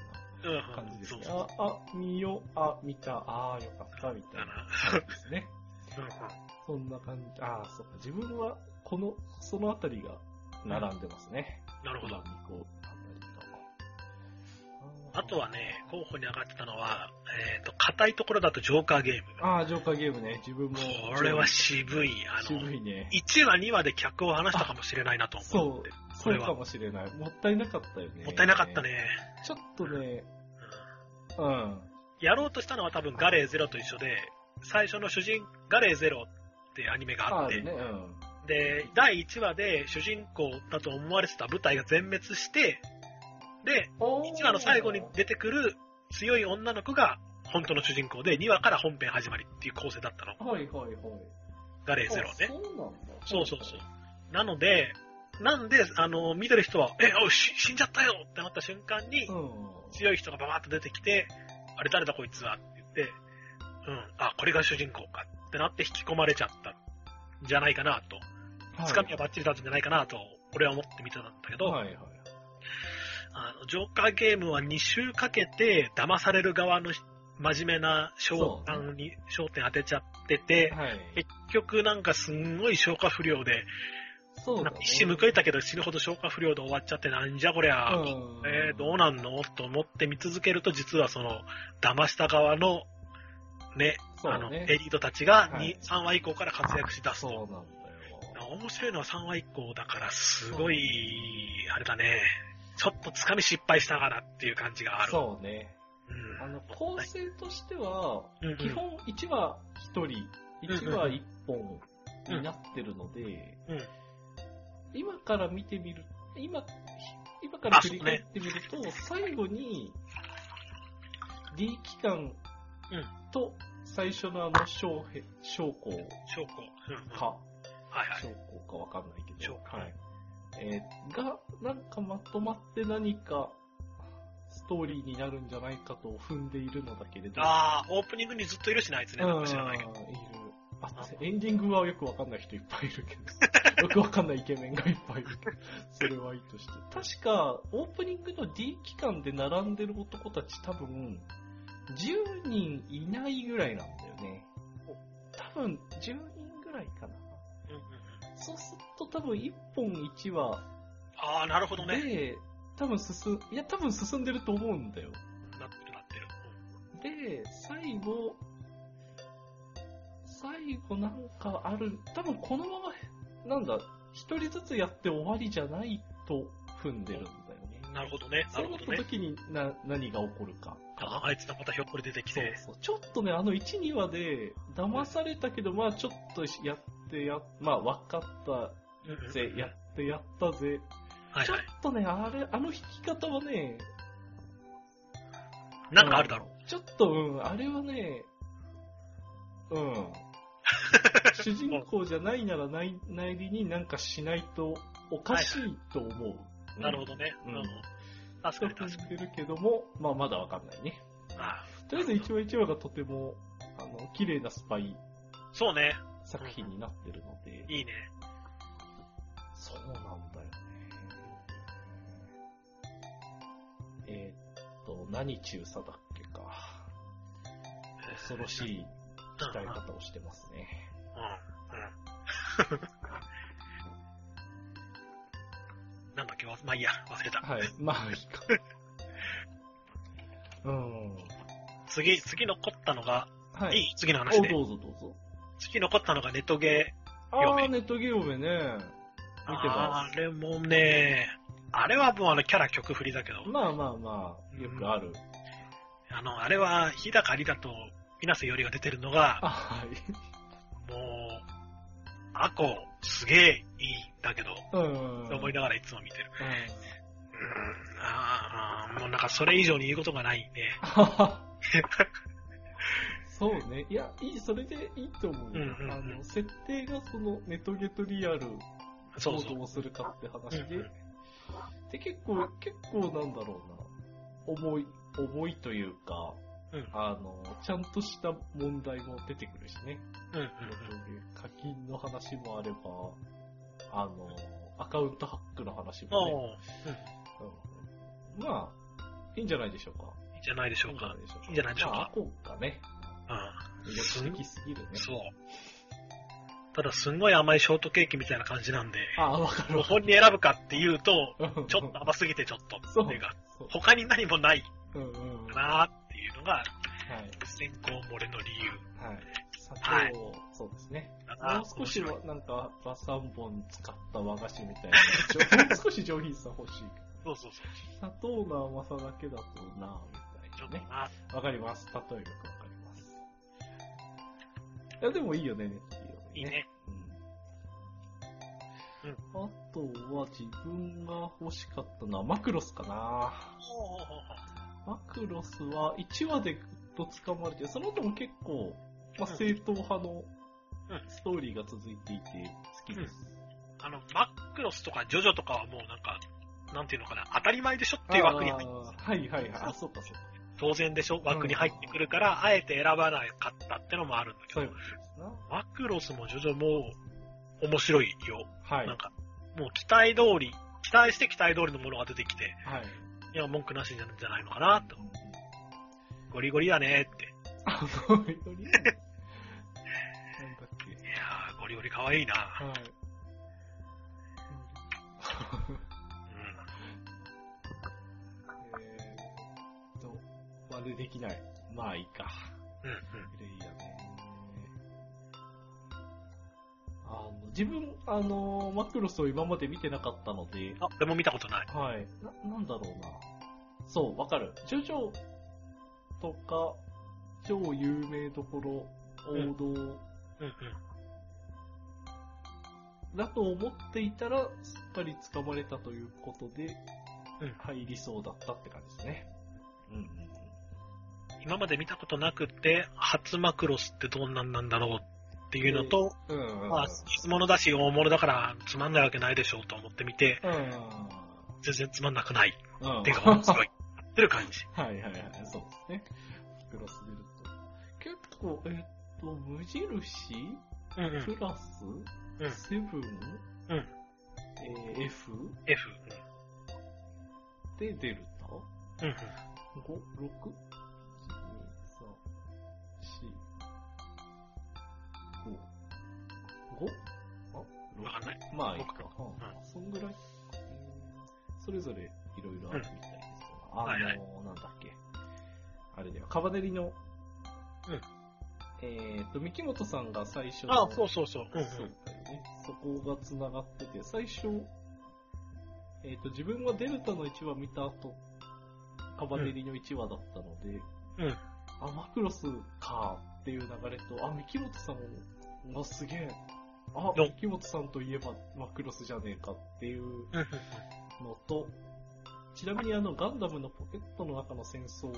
[SPEAKER 2] あうん
[SPEAKER 1] な感じです
[SPEAKER 2] そう
[SPEAKER 1] ね。
[SPEAKER 2] そう
[SPEAKER 1] あ、あ、見よう、あ、見た、あーよかった、みたい
[SPEAKER 2] だ
[SPEAKER 1] な
[SPEAKER 2] な。
[SPEAKER 1] 感じですね。
[SPEAKER 2] うんうん
[SPEAKER 1] そんな感じ。ああ、そうか。自分は、この、そのあたりが並んでますね。
[SPEAKER 2] なるほど。
[SPEAKER 1] まあ二個あたりと
[SPEAKER 2] あとはね、候補に上がってたのは、えっ、と、硬いところだとジョーカーゲーム。
[SPEAKER 1] ああ、ジョーカーゲームね。自分も。
[SPEAKER 2] これは渋い。あの、
[SPEAKER 1] 渋いね。
[SPEAKER 2] 1話、2話で客を離したかもしれないなと思
[SPEAKER 1] そ
[SPEAKER 2] って。
[SPEAKER 1] う、
[SPEAKER 2] こ
[SPEAKER 1] そう
[SPEAKER 2] れは
[SPEAKER 1] かもしれない。もったいなかったよね。
[SPEAKER 2] もったいなかった。ね。
[SPEAKER 1] ちょっとね、
[SPEAKER 2] うん
[SPEAKER 1] うん。
[SPEAKER 2] やろうとしたのは多分ガレーゼロと一緒で、最初の主人、ガレーゼロってアニメがあ
[SPEAKER 1] あ
[SPEAKER 2] って、
[SPEAKER 1] るね、うん。
[SPEAKER 2] で、第1話で主人公だと思われてた舞台が全滅して、で、1話の最後に出てくる強い女の子が本当の主人公で、2話から本編始まりっていう構成だったの。
[SPEAKER 1] はいはいはい。
[SPEAKER 2] ガレーゼロね。
[SPEAKER 1] そうなんだ。
[SPEAKER 2] そうそうそう。なので、なんで、あの、見てる人は、え、おい、し死んじゃったよってなった瞬間に、
[SPEAKER 1] うん。
[SPEAKER 2] 強い人がババッと出てきて、あれ誰だこいつはって言って、うん、あ、これが主人公かってなって引き込まれちゃったんじゃないかなと。つかみはバッチリだったんじゃないかなと、俺は思って見てたんだけど、
[SPEAKER 1] はいはい。
[SPEAKER 2] あの、ジョーカーゲームは2週かけて、騙される側の真面目な商談に焦点当てちゃってて、
[SPEAKER 1] はい。
[SPEAKER 2] 結局なんかすんごい消化不良で、
[SPEAKER 1] そうだ
[SPEAKER 2] なん
[SPEAKER 1] ね
[SPEAKER 2] か。一矢報いたけど死ぬほど消化不良で終わっちゃってなんじゃこりゃ、
[SPEAKER 1] うん。
[SPEAKER 2] えーどうなんのと思って見続けると、実はその、騙した側の、ね、
[SPEAKER 1] そう
[SPEAKER 2] あ
[SPEAKER 1] だ
[SPEAKER 2] の、
[SPEAKER 1] ね
[SPEAKER 2] エリートたちが、
[SPEAKER 1] はい
[SPEAKER 2] に3話以降から活躍しだす
[SPEAKER 1] そうな
[SPEAKER 2] と。
[SPEAKER 1] んだよ。
[SPEAKER 2] 面白いのは3話以降だから、すごい、あれだね、ちょっとつかみ失敗したかなっていう感じがある。
[SPEAKER 1] そうね。
[SPEAKER 2] うん
[SPEAKER 1] あの、構成としては、
[SPEAKER 2] うんうん
[SPEAKER 1] 基本1話1人、1話1本になってるので、
[SPEAKER 2] うんうん
[SPEAKER 1] 今から見てみる、今、今から振り返ってみると、最後に D 期間
[SPEAKER 2] うん
[SPEAKER 1] と最初のあの将兵、将校
[SPEAKER 2] 証拠。うんうん
[SPEAKER 1] か、
[SPEAKER 2] はいはい。
[SPEAKER 1] 将校かわかんないけ
[SPEAKER 2] 将
[SPEAKER 1] ど、
[SPEAKER 2] 校
[SPEAKER 1] はい。えーが、なんかまとまって何か、ストーリーになるんじゃないかと踏んでいるのだけれど。
[SPEAKER 2] ああ、オープニングにずっといるしな、あいつね。なんか知らないけど。
[SPEAKER 1] うんいる。あエンディングはよくわかんない人いっぱいいるけど。よ くわかんないイケメンがいっぱいいるけど。それはいいとして。確か、オープニングの D 期間で並んでる男たち多分、10人いないぐらいなんだよね。多分、10人ぐらいかな。
[SPEAKER 2] うんうんうん
[SPEAKER 1] そうすると多分1本1話
[SPEAKER 2] ああ、なるほどね。
[SPEAKER 1] で、多分進、いや多分進んでると思うんだよ。
[SPEAKER 2] なってるなってる。
[SPEAKER 1] で、最後、最後なんかある、多分このまま、なんだ、一人ずつやって終わりじゃないと踏んでるんだよね。
[SPEAKER 2] うんなるほどね。な
[SPEAKER 1] そう
[SPEAKER 2] る
[SPEAKER 1] な
[SPEAKER 2] ほ
[SPEAKER 1] っ
[SPEAKER 2] ど
[SPEAKER 1] た
[SPEAKER 2] ね。
[SPEAKER 1] 時にな何が起こるか。
[SPEAKER 2] あーあいつがまたひょっこり出てき
[SPEAKER 1] そう
[SPEAKER 2] て。
[SPEAKER 1] そう。ちょっとね、あの1、2話で、騙されたけど、まあちょっとやってや、まあ分かっ
[SPEAKER 2] うんう
[SPEAKER 1] た
[SPEAKER 2] ん
[SPEAKER 1] ぜ、やってやったぜ。
[SPEAKER 2] はい
[SPEAKER 1] ちょ
[SPEAKER 2] は
[SPEAKER 1] っ
[SPEAKER 2] い。
[SPEAKER 1] とね、あれ、あの弾き方はね、
[SPEAKER 2] なんかあるだろう。
[SPEAKER 1] ちょっと、うん、あれはね、 うん。主人公じゃないならない、ないりになんかしないとおかしいと思う。
[SPEAKER 2] なるほどね。
[SPEAKER 1] う
[SPEAKER 2] うんん。確かに確か
[SPEAKER 1] ってるけども、まあまだわかんないね。
[SPEAKER 2] に。ああ
[SPEAKER 1] とりあえず一話一話がとても、あの、綺麗なスパイ
[SPEAKER 2] そうね。
[SPEAKER 1] 作品になってるので、
[SPEAKER 2] いいね。
[SPEAKER 1] そうなんだよね。えーっと、何中佐だっけか。恐ろしい鍛え方をしてますね。
[SPEAKER 2] うん。うん。 なんだっけ、わまあいいや、忘れた。
[SPEAKER 1] はい。まあ、いいか。 うん。
[SPEAKER 2] 次、次残ったのが、、
[SPEAKER 1] はい
[SPEAKER 2] い
[SPEAKER 1] い。
[SPEAKER 2] 次の話
[SPEAKER 1] お、
[SPEAKER 2] で
[SPEAKER 1] ど。うぞどうぞ。
[SPEAKER 2] 次残ったのがネットゲー。
[SPEAKER 1] ああ、ネットゲームね。見てま
[SPEAKER 2] あれもね、あれはもうあのキャラ曲振りだけど、
[SPEAKER 1] す。まあまあまあ、よくある。
[SPEAKER 2] あの、あれは日高里だと、水瀬よりが出てるのが、
[SPEAKER 1] あ、はい。
[SPEAKER 2] もう、アコ、すげえいいんだけど、
[SPEAKER 1] うん。
[SPEAKER 2] 思いながらいつも見てる。
[SPEAKER 1] うん
[SPEAKER 2] うん、あーあー、もうなんかそれ以上に言うことがな いんで、
[SPEAKER 1] ははそうね。いや、いい、それでいいと思うよ。
[SPEAKER 2] うんうんうん
[SPEAKER 1] あの、設定がその、ネトゲとリアル、
[SPEAKER 2] そ
[SPEAKER 1] ど
[SPEAKER 2] う
[SPEAKER 1] う
[SPEAKER 2] そう。
[SPEAKER 1] どうするかって話で。
[SPEAKER 2] うんうん
[SPEAKER 1] で、結構、結構なんだろうな。重い、重いというか、
[SPEAKER 2] うん
[SPEAKER 1] あの、ちゃんとした問題も出てくるしね。
[SPEAKER 2] うんうん
[SPEAKER 1] ネトゲ課金の話もあれば、あの、アカウントハックの話
[SPEAKER 2] うん。
[SPEAKER 1] もね。
[SPEAKER 2] もう、うん、
[SPEAKER 1] うん、
[SPEAKER 2] い
[SPEAKER 1] まあ、いいんじゃないでしょうか。
[SPEAKER 2] いんじゃないでしょうか。
[SPEAKER 1] い
[SPEAKER 2] い
[SPEAKER 1] い
[SPEAKER 2] い
[SPEAKER 1] んじ
[SPEAKER 2] んじ
[SPEAKER 1] ゃ
[SPEAKER 2] ゃ
[SPEAKER 1] な
[SPEAKER 2] な
[SPEAKER 1] で
[SPEAKER 2] いいで
[SPEAKER 1] し
[SPEAKER 2] し
[SPEAKER 1] ょ
[SPEAKER 2] ょ
[SPEAKER 1] うか。ま
[SPEAKER 2] う
[SPEAKER 1] あ、ア
[SPEAKER 2] か
[SPEAKER 1] コがね、
[SPEAKER 2] う
[SPEAKER 1] 魅力的すぎるね
[SPEAKER 2] ん。。そう。ただ、すんごい甘いショートケーキみたいな感じなんで、
[SPEAKER 1] ああ、わかる
[SPEAKER 2] ご
[SPEAKER 1] わ。
[SPEAKER 2] 本に選ぶかっていうと、ちょっと
[SPEAKER 1] と、
[SPEAKER 2] 甘すぎてちょっと
[SPEAKER 1] そう
[SPEAKER 2] ってい うか、
[SPEAKER 1] そう。
[SPEAKER 2] 他に何もない
[SPEAKER 1] うんうんうん。
[SPEAKER 2] か
[SPEAKER 1] はい。
[SPEAKER 2] なっていうのが、先行漏れの理由
[SPEAKER 1] はい。砂
[SPEAKER 2] はい
[SPEAKER 1] 糖を、そうですね。
[SPEAKER 2] かな。
[SPEAKER 1] もう少し
[SPEAKER 2] 面白い
[SPEAKER 1] は、なんか、和三本使った和菓子み たいな。もう少し上品さ欲しい。
[SPEAKER 2] そうそうそう。
[SPEAKER 1] 砂糖の甘さだけだとなぁ、み
[SPEAKER 2] ち
[SPEAKER 1] た
[SPEAKER 2] ょ
[SPEAKER 1] いな
[SPEAKER 2] っと
[SPEAKER 1] ね。
[SPEAKER 2] な、
[SPEAKER 1] わかります。例えばよくわかります。いや、でもいいよね、ネット
[SPEAKER 2] いいね。
[SPEAKER 1] う
[SPEAKER 2] うん
[SPEAKER 1] ん。あとは自分が欲しかったのはマクロスかな
[SPEAKER 2] ほうほうほうほう
[SPEAKER 1] マクロスは1話でぐっと掴まれて、その後も結構、まあ、
[SPEAKER 2] うん
[SPEAKER 1] 正統派の
[SPEAKER 2] うん
[SPEAKER 1] ストーリーが続いていて好きです。
[SPEAKER 2] あの、マックロスとかジョジョとかはもうなんか、なんていうのかな、当たり前でしょっていう枠に入って
[SPEAKER 1] あーはいはいはい。あ、そうかそうか。
[SPEAKER 2] 当然でしょ枠に入ってくるから、あえて選ばなかったってのもあるんだけ
[SPEAKER 1] そういう
[SPEAKER 2] ど
[SPEAKER 1] こ、とですな。
[SPEAKER 2] マクロスもジョジョも面白いよ。
[SPEAKER 1] はい。
[SPEAKER 2] な
[SPEAKER 1] は
[SPEAKER 2] んか、もう期待通り、期待して期待通りのものが出てきて、
[SPEAKER 1] い。
[SPEAKER 2] いや、文句なしじゃないのかなと。ゴリゴリだねって。
[SPEAKER 1] あ、そういうことねなんだっけ。
[SPEAKER 2] いやー、ゴリゴリ可愛いな。
[SPEAKER 1] はい。
[SPEAKER 2] う
[SPEAKER 1] えーっと、までできない。まあいいか。
[SPEAKER 2] ん。うんうん。
[SPEAKER 1] プレイヤーね。あの、自分、あの、マクロスを今まで見てなかったので、
[SPEAKER 2] あ、俺も見たことない。
[SPEAKER 1] はい。な、なんだろうな。そう、わかる。ジョジョとか、超有名どころ、王道、
[SPEAKER 2] うんうん。
[SPEAKER 1] だと思っていたら、すっかり掴まれたということで、
[SPEAKER 2] うん
[SPEAKER 1] 入りそうだったって感じですね。うんうんうん。
[SPEAKER 2] 今まで見たことなくて、初マクロスってどんなんなんだろうっていうのと、
[SPEAKER 1] うんうんうん。
[SPEAKER 2] まあ、質物だし、大物だからつまんないわけないでしょうと思ってみて、
[SPEAKER 1] うん
[SPEAKER 2] 全然つまんなくない。
[SPEAKER 1] うんうん。
[SPEAKER 2] てか、面白い。ってる感じ。
[SPEAKER 1] はいはいはい、そうですね。プラスでると。結構、えっと、無印
[SPEAKER 2] うんう
[SPEAKER 1] プ
[SPEAKER 2] ん。
[SPEAKER 1] ラス、
[SPEAKER 2] うん
[SPEAKER 1] セブン、え
[SPEAKER 2] うん。
[SPEAKER 1] ー F
[SPEAKER 2] F。
[SPEAKER 1] でデル
[SPEAKER 2] うんうん。
[SPEAKER 1] タ ?5、6? 2、3、4、5。5?
[SPEAKER 2] わかんない。
[SPEAKER 1] まあいいか
[SPEAKER 2] 僕。
[SPEAKER 1] うん、そんぐらい。それぞれいろいろあるみたいですが、あのー
[SPEAKER 2] はいはい
[SPEAKER 1] なんだっけ。あれだよ、カバネリの、
[SPEAKER 2] うん
[SPEAKER 1] えっと、三木本さんが最初
[SPEAKER 2] あ、そうそうそう。うんう。
[SPEAKER 1] そうんだよね。そこが繋がってて、最初、えっ、と、自分はデルタの1話見た後、カバネリの1話だったので、
[SPEAKER 2] うん。
[SPEAKER 1] あ、マクロスかっていう流れと、あ、三木本さんも、あ、すげえ。あ、
[SPEAKER 2] ど
[SPEAKER 1] 三木本さんといえばマクロスじゃねえかっていう
[SPEAKER 2] うんうん
[SPEAKER 1] のと、ちなみにあの、ガンダムのポケットの中の戦争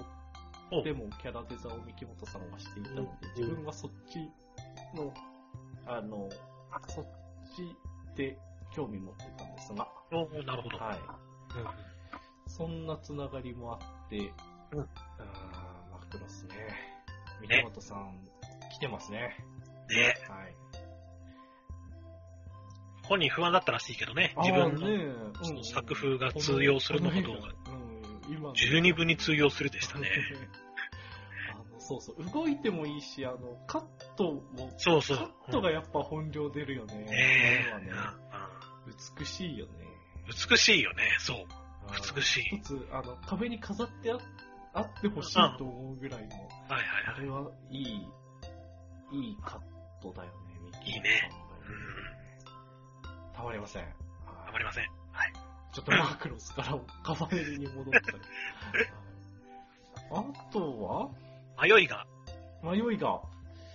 [SPEAKER 2] お
[SPEAKER 1] でもキャラデザを三木本さんはしていたので、自分はそっちの、あの、そっちで興味持ってたんですが、
[SPEAKER 2] おーなるほど。
[SPEAKER 1] はい。
[SPEAKER 2] うん
[SPEAKER 1] そんなつながりもあって、
[SPEAKER 2] うん
[SPEAKER 1] あーマクロスね。三
[SPEAKER 2] ね
[SPEAKER 1] 木本さん、来てますね。
[SPEAKER 2] で、
[SPEAKER 1] はい。
[SPEAKER 2] 本人不安だったらしいけどね、自分のそ
[SPEAKER 1] の
[SPEAKER 2] の作風が通用するのかどうか、
[SPEAKER 1] うん、今の
[SPEAKER 2] 十二分に通用するでしたね。
[SPEAKER 1] あのそうそう、動いてもいいし、あの、カットも、
[SPEAKER 2] そうそ
[SPEAKER 1] カ
[SPEAKER 2] う。
[SPEAKER 1] ットがやっぱ本領出るよね。
[SPEAKER 2] ねえ
[SPEAKER 1] あれはね美しいよね。
[SPEAKER 2] うん美しいよね、そう。美しい
[SPEAKER 1] 一つ、あの、壁に飾ってああってほしいと思うぐらいの、
[SPEAKER 2] はいはい
[SPEAKER 1] あ
[SPEAKER 2] はい。
[SPEAKER 1] れはいい、いいカットだよね、ミキ
[SPEAKER 2] いいね
[SPEAKER 1] さん
[SPEAKER 2] う
[SPEAKER 1] の
[SPEAKER 2] ん、
[SPEAKER 1] たまりません。
[SPEAKER 2] たまりません。
[SPEAKER 1] ちょっとマクロスからカバネリに戻ったり。はいあとは
[SPEAKER 2] 迷いが
[SPEAKER 1] 迷いが。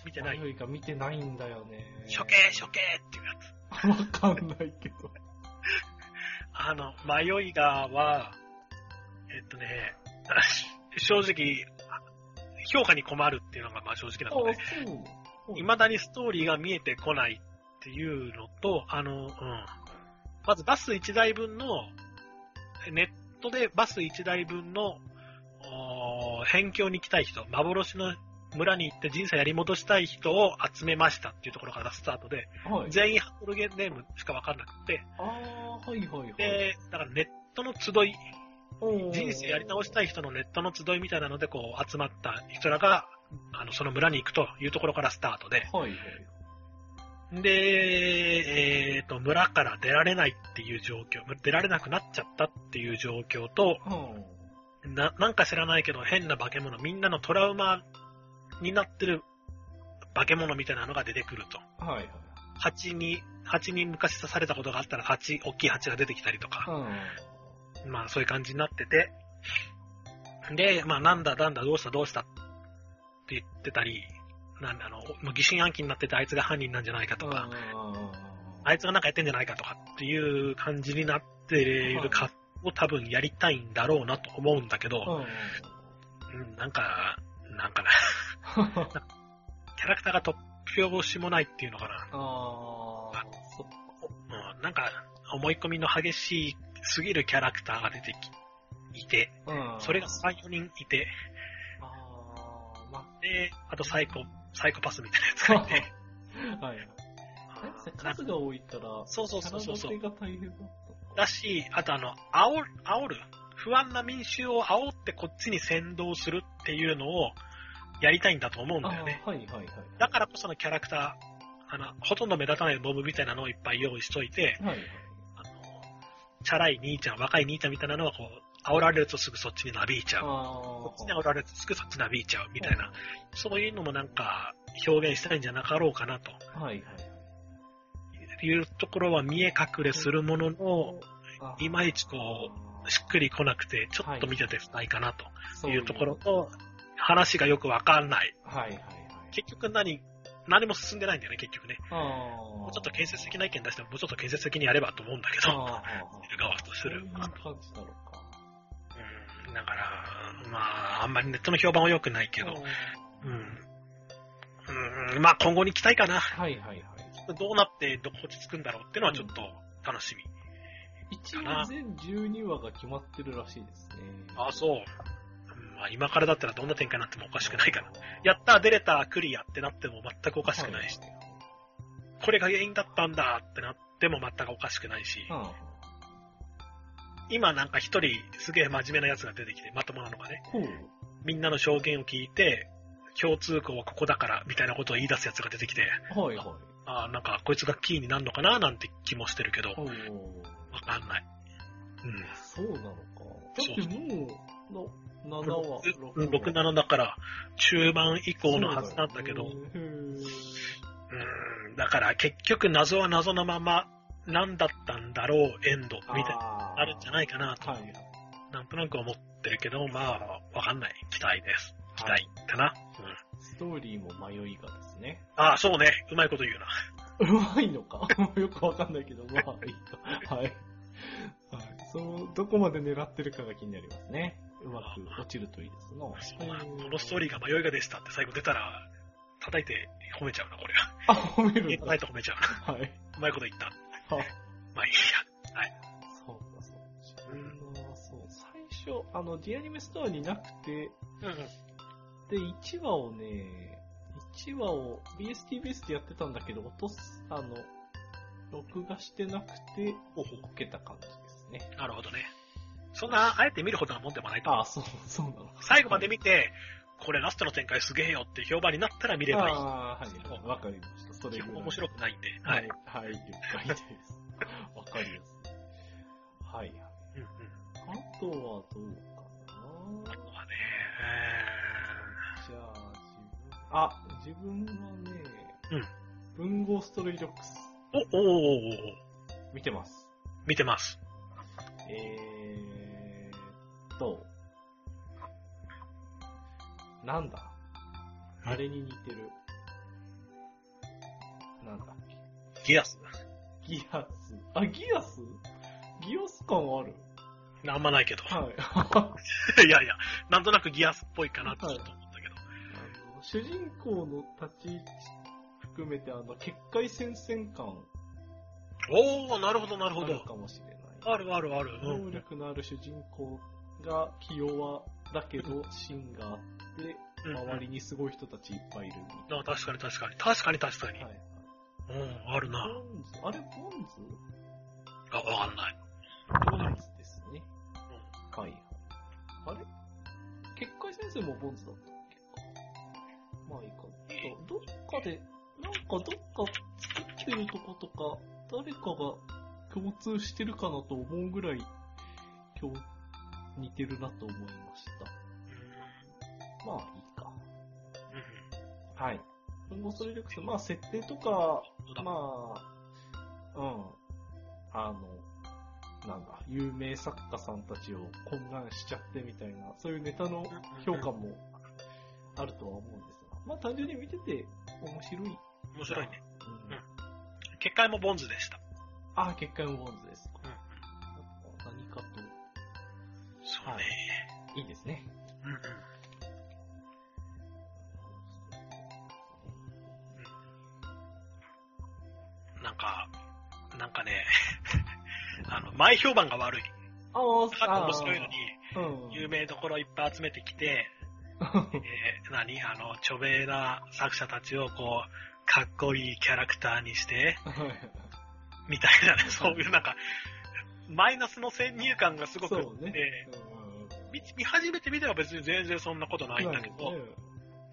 [SPEAKER 2] 見てない。
[SPEAKER 1] 迷いが見てないんだよね。
[SPEAKER 2] 処刑、処刑っていうやつ。
[SPEAKER 1] わかんないけ ど。
[SPEAKER 2] あの、迷いがは、えっとね、正直、評価に困るっていうのがまあ正直なことで、
[SPEAKER 1] そう
[SPEAKER 2] 未だにストーリーが見えてこないっていうのと、あの、うん。まずバス1台分の、ネットでバス1台分の、おー辺境に来たい人、幻の村に行って人生やり戻したい人を集めましたっていうところからスタートで、
[SPEAKER 1] はい。
[SPEAKER 2] 全員ハットルゲネームしかわかんなくて、
[SPEAKER 1] ああ、はいはいはい。
[SPEAKER 2] で、だからネットの集い、人生やり直した
[SPEAKER 1] い。
[SPEAKER 2] い人のネットの集いみたいなので、こう集まった人らが、あの、その村に行くというところからスタートで、
[SPEAKER 1] はいはい。
[SPEAKER 2] で、えっ、と、村から出られないっていう状況、出られなくなっちゃったっていう状況と、
[SPEAKER 1] うん。
[SPEAKER 2] な、なんか知らないけど変な化け物、みんなのトラウマになってる化け物みたいなのが出てくると。
[SPEAKER 1] はいはい。
[SPEAKER 2] 蜂に、蜂に昔刺されたことがあったら蜂、大きい蜂が出てきたりと
[SPEAKER 1] う
[SPEAKER 2] か、
[SPEAKER 1] ん。
[SPEAKER 2] まあそういう感じになってて、で、まあなんだなんだどうしたどうしたって言ってたり、なんだあの、もう疑心暗鬼になっててあいつが犯人なんじゃないかとか、あいつがなんかやってんじゃないかとかっていう感じになっているかを多分やりたいんだろうなと思うんだけ
[SPEAKER 1] うん。
[SPEAKER 2] ど、
[SPEAKER 1] うん
[SPEAKER 2] うん、なんか、なんかな、キャラクターが突拍子もないっていうのかな。
[SPEAKER 1] ああ、そっか。
[SPEAKER 2] うん、なんか、思い込みの激しすぎるキャラクターが出てき、いて、
[SPEAKER 1] うん
[SPEAKER 2] それが3、4人いて、
[SPEAKER 1] あーま
[SPEAKER 2] で、あとサイコ、サイコパスみたいなやつがいて。
[SPEAKER 1] あ、はいはい。
[SPEAKER 2] なん
[SPEAKER 1] 数が多いから、
[SPEAKER 2] そうそうそうそうそう
[SPEAKER 1] キャラ立てが大変だった。
[SPEAKER 2] だし、あとあの、煽る、煽る。不安な民衆を煽ってこっちに先導するっていうのをやりたいんだと思うん
[SPEAKER 1] あ
[SPEAKER 2] だよね。
[SPEAKER 1] ーはいはいはい。
[SPEAKER 2] だからこそのキャラクター、あの、ほとんど目立たないボムみたいなのをいっぱい用意しといて、
[SPEAKER 1] はいはい。
[SPEAKER 2] あの、チャラい兄ちゃん、若い兄ちゃんみたいなのはこう、煽られるとすぐそっちになびいちゃう。
[SPEAKER 1] あ
[SPEAKER 2] こっちに煽られるとすぐそっちになびいちゃうみたいな、。そういうのもなんか表現したいんじゃなかろうかなと
[SPEAKER 1] はいはい。
[SPEAKER 2] いうところは見え隠れするものの、
[SPEAKER 1] あ
[SPEAKER 2] いまいちこう、しっくり来なくて、ちょっと見てて不快かなというところ。と、話がよくわかんない。
[SPEAKER 1] そうはいはいはい。
[SPEAKER 2] 結局何、何も進んでないんだよね、結局ね。
[SPEAKER 1] も
[SPEAKER 2] もうちょっと建設的な意見出しても、もうちょっと建設的にやればと思うんだけど、見る側とする。
[SPEAKER 1] そういう感じだろうか。
[SPEAKER 2] うん、だから、まあ、あんまりネットの評判は良くないけ
[SPEAKER 1] あー
[SPEAKER 2] ど、うん。うん、まあ今後に期待かな。
[SPEAKER 1] はいはいはい。
[SPEAKER 2] どうなって、どこ落ち着くんだろうっていうのはちょっと楽しみ。
[SPEAKER 1] 一応全12話が決まってるらしいですね。
[SPEAKER 2] あ、そう。うんまあ今からだったらどんな展開になってもおかしくないかな。や
[SPEAKER 1] や
[SPEAKER 2] ったー、出れたー、クリアってなっても全くお
[SPEAKER 1] お
[SPEAKER 2] かしくないし、これが原因だったんだーってなっても全くおかしくないし、
[SPEAKER 1] うん。
[SPEAKER 2] 今なんか一人すげえ真面目なやつが出てきて、まともなのがね、
[SPEAKER 1] ほう。
[SPEAKER 2] みんなの証言を聞いて、共通項はここだからみたいなことを言い出すやつが出てきて、
[SPEAKER 1] はいはい。
[SPEAKER 2] ああ、なんかこいつがキーになるのかなーなんて気もしてるけど、
[SPEAKER 1] おー
[SPEAKER 2] わかんない。うん。
[SPEAKER 1] そうなのか。だってもう、な7話、
[SPEAKER 2] 6、7だから、中盤以降のはずなんだけ
[SPEAKER 1] そ
[SPEAKER 2] ど、
[SPEAKER 1] うだよね
[SPEAKER 2] うーん、だから結局謎は謎のまま、なんだったんだろう、エンド、みたいな、
[SPEAKER 1] あー
[SPEAKER 2] あるんじゃないかなと、
[SPEAKER 1] はい。
[SPEAKER 2] なんとなく思ってるけど、まあ、わかんない。期待です。期待かな。うん。
[SPEAKER 1] ストーリーも迷いがですね。
[SPEAKER 2] ああ、そうね。うまいこと言うな。
[SPEAKER 1] うまいのか よくわかんないけど、まあいいか。はい。はい。その、どこまで狙ってるかが気になりますね。うまく落ちるといいですの。
[SPEAKER 2] このストーリーが迷いがでしたって最後出たら、叩いて褒めちゃうな、これは。
[SPEAKER 1] あ、褒めるんだ
[SPEAKER 2] 叩いて褒めちゃうな。
[SPEAKER 1] はい。
[SPEAKER 2] うまいこと言った。
[SPEAKER 1] あ
[SPEAKER 2] まあいい
[SPEAKER 1] そうか、そうか。自分の、そう、最初、あの、ディアニメストアになくて、
[SPEAKER 2] や。うんうん。
[SPEAKER 1] で、1話をね、1話を BSTBS でやってたんだけど、落とす、あの、録画してなくて、おほこけた感じですね。
[SPEAKER 2] なるほどね。そんな、あえて見るほどなもんでもないと。
[SPEAKER 1] ああ、そう、そうなの。
[SPEAKER 2] 最後まで見て、これラストの展開すげえよって評判になったら見ればいい。
[SPEAKER 1] ああ、はい、わかりました。それ
[SPEAKER 2] 基
[SPEAKER 1] ぐらい
[SPEAKER 2] 本。面白くないんで。は
[SPEAKER 1] はいい。、はい、了解 です。わかります。はい。
[SPEAKER 2] うんうん。
[SPEAKER 1] あとはどうかな
[SPEAKER 2] あとはね、
[SPEAKER 1] じゃあ、自分、あ、自分はね、文豪ストレイドックス、
[SPEAKER 2] えーお、おーおーおーおー
[SPEAKER 1] 見てます。
[SPEAKER 2] 見てます。
[SPEAKER 1] えーっと、なんだあれに似てる。なんだっけ
[SPEAKER 2] ギアス。
[SPEAKER 1] ギアス。あ、ギアスギアス感ある
[SPEAKER 2] あんまないけど。
[SPEAKER 1] はい。あ
[SPEAKER 2] いやいや、なんとなくギアスっぽいかなってちょっと思ったけど。
[SPEAKER 1] の 主人公の立ち位置含めて、あの、結界戦線感
[SPEAKER 2] おおなるほどなる
[SPEAKER 1] あ
[SPEAKER 2] ほ
[SPEAKER 1] る
[SPEAKER 2] ど。
[SPEAKER 1] かもしれない。
[SPEAKER 2] あるあるある。う
[SPEAKER 1] 能
[SPEAKER 2] ん。
[SPEAKER 1] 力のある主人公が気弱だけど芯があって、
[SPEAKER 2] うん
[SPEAKER 1] 周りにすごい人たちいっぱいいるみたい
[SPEAKER 2] あ確かに確かに。確かに確かに。
[SPEAKER 1] な。はい。
[SPEAKER 2] うん、ある
[SPEAKER 1] ボ
[SPEAKER 2] な。
[SPEAKER 1] ンズ、あれボンズ
[SPEAKER 2] あ、わかんない。
[SPEAKER 1] ボンズですね。はい。あれ結界先生もボンズだったっけか。まあいいか。どっかで、なんかどっか作ってるとことか、誰かが共通してるかなと思うぐらい、今日、似てるなと思いました。まあいいか。
[SPEAKER 2] うん。
[SPEAKER 1] はい。文豪ストレイドックス、まあ設定とか、
[SPEAKER 2] うん。どうだ
[SPEAKER 1] まあ、うん。あの、なんだ、有名作家さんたちを懇願しちゃってみたいな、そういうネタの評価もあるとは思うんですが、まあ単純に見てて面白い。
[SPEAKER 2] 面白いね。
[SPEAKER 1] うん
[SPEAKER 2] うん結界もボンズでした。
[SPEAKER 1] ああ、結界もボンズです。
[SPEAKER 2] うん。
[SPEAKER 1] 何かと、
[SPEAKER 2] そうね。
[SPEAKER 1] いいですね。
[SPEAKER 2] うんうん。なんか、なんかね、 あの、前評判が悪い。
[SPEAKER 1] あー
[SPEAKER 2] なんか面白いのに、
[SPEAKER 1] あーうん。
[SPEAKER 2] 有名どころいっぱい集めてきて、えー何あの、著名な作者たちをこう、かっこいいキャラクターにして、みたいなね、そういうなんか、マイナスの先入観がすごく
[SPEAKER 1] そ
[SPEAKER 2] っ
[SPEAKER 1] うね
[SPEAKER 2] て、。見見始めてみれば別に全然そんなことないんだけど、
[SPEAKER 1] うん